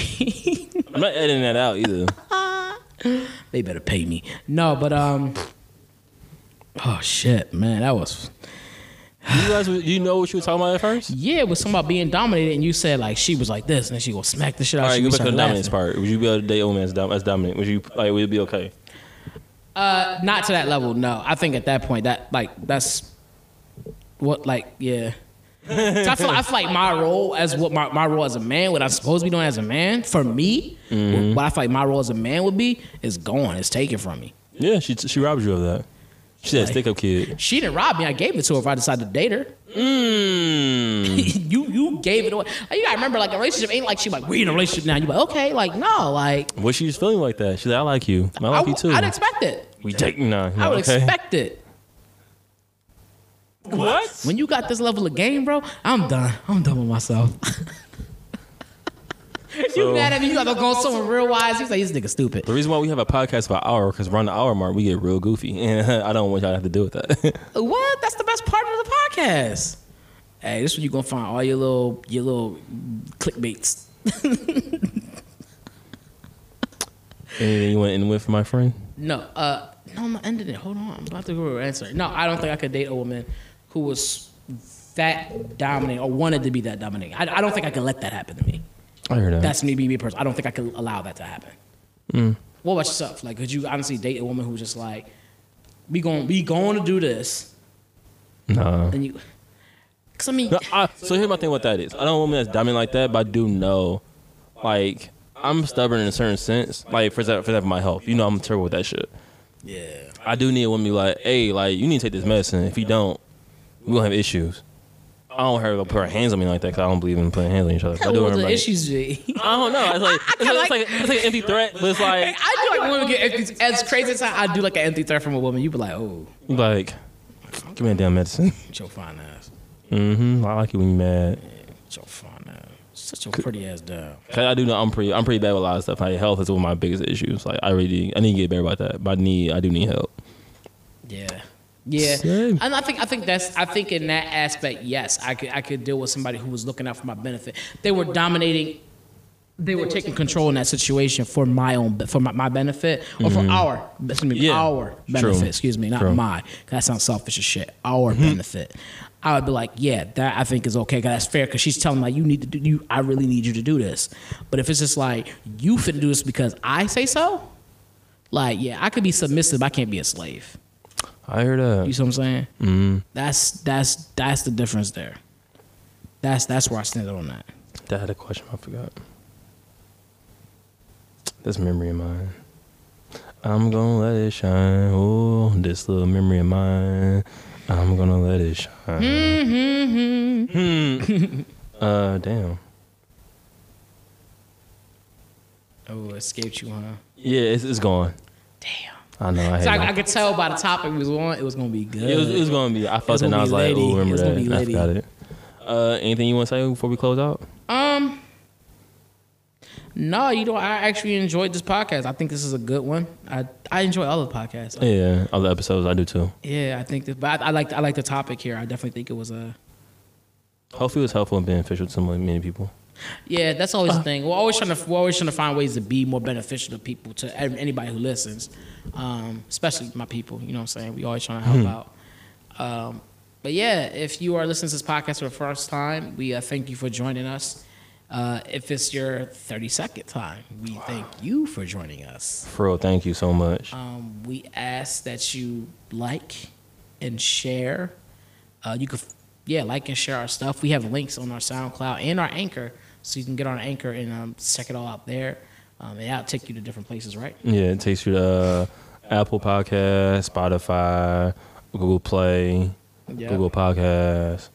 [SPEAKER 1] (laughs)
[SPEAKER 2] I'm not editing that out either.
[SPEAKER 1] they better pay me. No, but um, oh shit, man, that was
[SPEAKER 2] You guys, you know what you were talking about at first?
[SPEAKER 1] yeah. It was something about being dominated, and you said like she was like this, and then she gonna smack the shit out.
[SPEAKER 2] All
[SPEAKER 1] of
[SPEAKER 2] right,
[SPEAKER 1] you.
[SPEAKER 2] go
[SPEAKER 1] We
[SPEAKER 2] back to the
[SPEAKER 1] started laughing.
[SPEAKER 2] dominance part. Would you be able to date old man as dom- as dominant? Would you like? Would it be okay?
[SPEAKER 1] Uh, not to that level. No, I think at that point that like that's what like yeah. 'Cause I feel I feel like my role as what my, my role as a man, what I'm supposed to be doing as a man, for me, what I feel like my role as a man would be is gone. It's taken from me.
[SPEAKER 2] Yeah, she she robbed you of that. She said, "Stick up, kid."
[SPEAKER 1] She didn't rob me. I gave it to her if I decided to date her. (laughs) (laughs)
[SPEAKER 2] Mmm.
[SPEAKER 1] you you gave it away. Like, you gotta remember, like a relationship ain't like she like we in a relationship now. You like okay, like no, like
[SPEAKER 2] What she was feeling like that? She said, "I like you. I like
[SPEAKER 1] I,
[SPEAKER 2] you too."
[SPEAKER 1] would expect it.
[SPEAKER 2] We take nah.
[SPEAKER 1] I
[SPEAKER 2] nah,
[SPEAKER 1] would
[SPEAKER 2] okay.
[SPEAKER 1] expect it.
[SPEAKER 2] what?
[SPEAKER 1] When you got this level of game, bro, I'm done. I'm done with myself.
[SPEAKER 2] So,
[SPEAKER 1] you mad at me? You gotta go somewhere real wise. He's like this nigga stupid.
[SPEAKER 2] the reason why we have a podcast about hour because around the hour mark we get real goofy, (laughs) and I don't want y'all to have to deal with that. (laughs)
[SPEAKER 1] What? That's the best part of the podcast. Hey, this is where you gonna find all your little your little clickbaits.
[SPEAKER 2] Anything you want to end with, my friend?
[SPEAKER 1] No, uh, no, I'm not ending it. Hold on, I'm about to go over answer. No, I don't think I could date a woman who was that dominant or wanted to be that dominant. I, I don't think I could let that happen to me.
[SPEAKER 2] I heard that.
[SPEAKER 1] That's me being me a person. I don't think I could allow that to happen. What about yourself? Like, could you honestly date a woman who was just like, we going we going to do this,
[SPEAKER 2] nah.
[SPEAKER 1] and you? Cause I mean,
[SPEAKER 2] No, I, so here's my thing. What that is, I don't want a woman that's dominant like that, but I do know, like, I'm stubborn in a certain sense. Like, for example, for example, my health. You know, I'm terrible with that shit.
[SPEAKER 1] yeah,
[SPEAKER 2] I do need a woman to be like, hey, like you need to take this medicine. If you don't, we gonna have issues. I don't want her to put her hands on me like that because I don't believe in putting hands on each other. If I
[SPEAKER 1] what
[SPEAKER 2] do
[SPEAKER 1] will
[SPEAKER 2] want her
[SPEAKER 1] the
[SPEAKER 2] to be like-
[SPEAKER 1] issues be?
[SPEAKER 2] I don't know. It's like,
[SPEAKER 1] I- I
[SPEAKER 2] it's, like, it's, like, it's like an empty threat, but it's
[SPEAKER 1] (laughs)
[SPEAKER 2] like,
[SPEAKER 1] (laughs) I do like women get empty, as crazy as I, I do like an empty threat from a woman. You be like, oh,
[SPEAKER 2] like, give me a damn medicine. (laughs)
[SPEAKER 1] it's your fine ass,
[SPEAKER 2] Mm-hmm. I like it when you mad.
[SPEAKER 1] it's your fine ass, such a pretty ass down.
[SPEAKER 2] 'Cause I do know I'm pretty, I'm pretty bad with a lot of stuff. Like health is one of my biggest issues. Like I really, I need to get better about that. But I need, I do need help.
[SPEAKER 1] Yeah. Yeah,
[SPEAKER 2] Same.
[SPEAKER 1] and I think I think that's I think in that aspect, yes, I could I could deal with somebody who was looking out for my benefit. They were dominating they were taking control in that situation for my own for my, my benefit or for our excuse me,
[SPEAKER 2] Mm-hmm. Yeah.
[SPEAKER 1] our benefit.
[SPEAKER 2] True.
[SPEAKER 1] Excuse me, not
[SPEAKER 2] True. Mm-hmm.
[SPEAKER 1] my. 'cause That sounds selfish as shit. Our benefit. I would be like, yeah, that I think is okay. 'cause that's fair. Because she's telling me like, you need to do you. I really need you to do this. But if it's just like you finna do this because I say so, like yeah, I could be submissive. I can't be a slave.
[SPEAKER 2] I heard uh,
[SPEAKER 1] You
[SPEAKER 2] that.
[SPEAKER 1] see what I'm saying?
[SPEAKER 2] Mm-hmm.
[SPEAKER 1] That's that's that's the difference there. That's that's where I stand on that.
[SPEAKER 2] That had a question I forgot. This memory of mine. I'm gonna let it shine. Oh, this little memory of mine. I'm gonna let it shine.
[SPEAKER 1] Mm-hmm.
[SPEAKER 2] Hmm. (laughs) uh, damn.
[SPEAKER 1] Oh, escaped you, huh?
[SPEAKER 2] Yeah, it's, it's gone.
[SPEAKER 1] Damn.
[SPEAKER 2] I know. I hate
[SPEAKER 1] So
[SPEAKER 2] it.
[SPEAKER 1] I, I could tell by the topic we was on, it was gonna be good.
[SPEAKER 2] It was, it was gonna be. I felt
[SPEAKER 1] was
[SPEAKER 2] it and I
[SPEAKER 1] gonna
[SPEAKER 2] was
[SPEAKER 1] be
[SPEAKER 2] like,
[SPEAKER 1] litty.
[SPEAKER 2] oh,
[SPEAKER 1] It
[SPEAKER 2] remember
[SPEAKER 1] was gonna
[SPEAKER 2] that?
[SPEAKER 1] be
[SPEAKER 2] and I
[SPEAKER 1] litty.
[SPEAKER 2] forgot it. Uh, anything you want to say before we close out?
[SPEAKER 1] um, no, you know, I actually enjoyed this podcast. I think this is a good one. I I enjoy all the podcasts. Yeah,
[SPEAKER 2] Yeah, all the episodes I do too.
[SPEAKER 1] I think that. But I, I like I like the topic here. I definitely think it was a.
[SPEAKER 2] Hopefully, it was helpful and beneficial to many people.
[SPEAKER 1] Yeah, that's always
[SPEAKER 2] Uh.
[SPEAKER 1] the thing. We're always trying to we're always trying to find ways to be more beneficial to people to ev- anybody who listens, um, especially my people. You know what I'm saying? We always trying to help out. Um, but yeah, if you are listening to this podcast for the first time, we uh, thank you for joining us. Uh, if it's your 32nd time, we thank you for joining us.
[SPEAKER 2] For real, thank you so much.
[SPEAKER 1] Um, we ask that you like and share. Uh, you could, yeah, like and share our stuff. We have links on our SoundCloud and our Anchor, so you can get on Anchor and um, check it all out there. Um, and that'll take you to different places, right?
[SPEAKER 2] Yeah, it takes you to uh, Apple Podcast, Spotify, Google Play,
[SPEAKER 1] Yeah.
[SPEAKER 2] Google Podcast.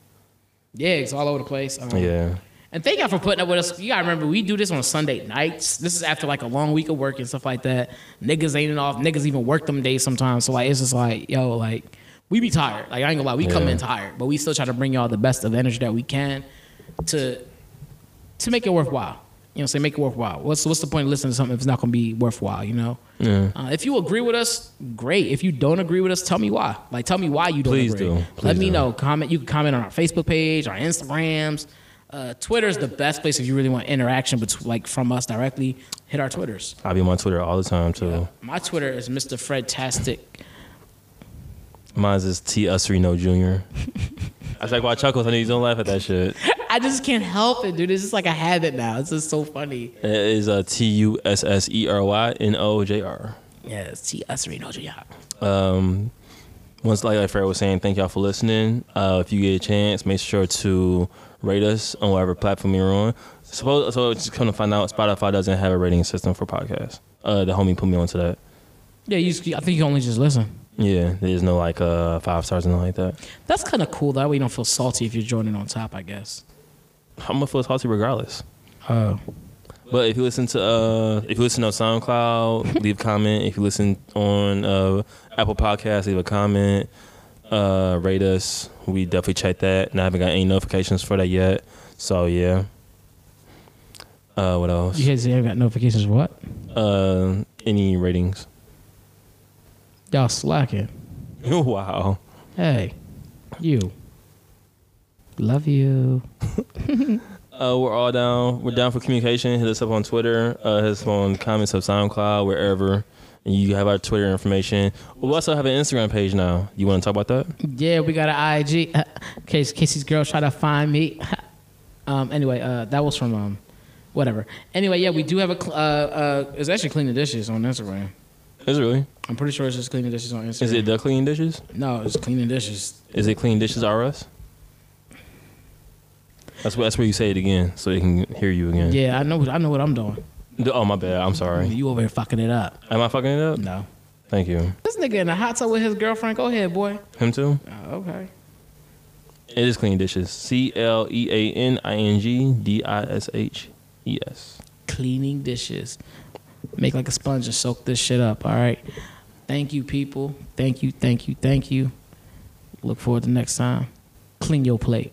[SPEAKER 1] Yeah, it's all over the place. Um,
[SPEAKER 2] Yeah,
[SPEAKER 1] And thank y'all for putting up with us. You gotta remember, we do this on Sunday nights. This is after like a long week of work and stuff like that. Niggas ain't off. Niggas even work them days sometimes. So like, it's just like, yo, like we be tired. Like I ain't gonna lie, we come
[SPEAKER 2] Yeah.
[SPEAKER 1] in tired, but we still try to bring y'all the best of the energy that we can to to make it worthwhile. You know, say make it worthwhile. What's what's the point of listening to something if it's not gonna be worthwhile? You know.
[SPEAKER 2] Yeah.
[SPEAKER 1] Uh, if you agree with us, great. If you don't agree with us, tell me why. Like, tell me why you don't
[SPEAKER 2] Please
[SPEAKER 1] agree.
[SPEAKER 2] do.
[SPEAKER 1] Let
[SPEAKER 2] Please
[SPEAKER 1] me
[SPEAKER 2] do.
[SPEAKER 1] know. Comment. You can comment on our Facebook page, our Instagrams. Uh, Twitter's the best place if you really want interaction, between, like from us directly. Hit our Twitters.
[SPEAKER 2] I be on my Twitter all the time too.
[SPEAKER 1] My Twitter is Mr. Fred Tastic.
[SPEAKER 2] Mine's is T Usrino (laughs) Jr. I was like, why chuckles? I know you don't laugh at that shit.
[SPEAKER 1] I just can't help it, dude. It's just like a habit now. It's just so funny.
[SPEAKER 2] It is uh, T U S S E R Y N O J R.
[SPEAKER 1] Yeah, it's T us Reno Jr.
[SPEAKER 2] um, once like, like Fred was saying, thank y'all for listening. Uh, if you get a chance, make sure to rate us on whatever platform you're on. Suppose so just come to find out Spotify doesn't have a rating system for podcasts. Uh, the homie put me onto that.
[SPEAKER 1] Yeah, you, I think you only just listen.
[SPEAKER 2] Yeah, there's no like uh five stars and like that.
[SPEAKER 1] That's kind of cool. That way you don't feel salty if you're joining on top, I guess.
[SPEAKER 2] I'm gonna feel salty regardless.
[SPEAKER 1] Oh.
[SPEAKER 2] But if you listen to uh, if you listen on SoundCloud, (laughs) leave a comment. If you listen on uh, Apple Podcasts, leave a comment. Uh, rate us. We definitely check that. And I haven't got any notifications for that yet. So yeah. Uh, what else?
[SPEAKER 1] You guys haven't got notifications for what?
[SPEAKER 2] Uh, any ratings? (laughs)
[SPEAKER 1] Y'all slacking.
[SPEAKER 2] wow.
[SPEAKER 1] Hey, you. Love you.
[SPEAKER 2] Uh, we're all down. We're down for communication. Hit us up on Twitter. Uh, hit us up on comments of SoundCloud, wherever. And you have our Twitter information. We also have an Instagram page now. You want to talk about that?
[SPEAKER 1] Yeah, we got an IG. In (laughs) case Casey's girl try to find me. (laughs) um. Anyway, uh, that was from um, whatever. Anyway, yeah, we do have a. Cl- uh, uh, it's actually cleaning dishes on Instagram.
[SPEAKER 2] Is it really?
[SPEAKER 1] I'm pretty sure it's just cleaning dishes on Instagram.
[SPEAKER 2] Is it the clean dishes?
[SPEAKER 1] No, it's cleaning dishes.
[SPEAKER 2] Is it Clean Dishes R Us? That's where, that's where you say it again so they can hear you again.
[SPEAKER 1] Yeah, I know. what- I know what I'm doing.
[SPEAKER 2] D- Oh, my bad. I'm sorry.
[SPEAKER 1] You over here fucking it up.
[SPEAKER 2] Am I fucking it up?
[SPEAKER 1] No.
[SPEAKER 2] Thank you.
[SPEAKER 1] This nigga in the hot tub with his girlfriend. Go ahead, boy.
[SPEAKER 2] Him too?
[SPEAKER 1] Uh, okay.
[SPEAKER 2] It is Clean Dishes. C L E A N I N G D I S H E S.
[SPEAKER 1] cleaning dishes. Make like a sponge and soak this shit up, all right? Thank you, people. Thank you, thank you, thank you. Look forward to next time. Clean your plate.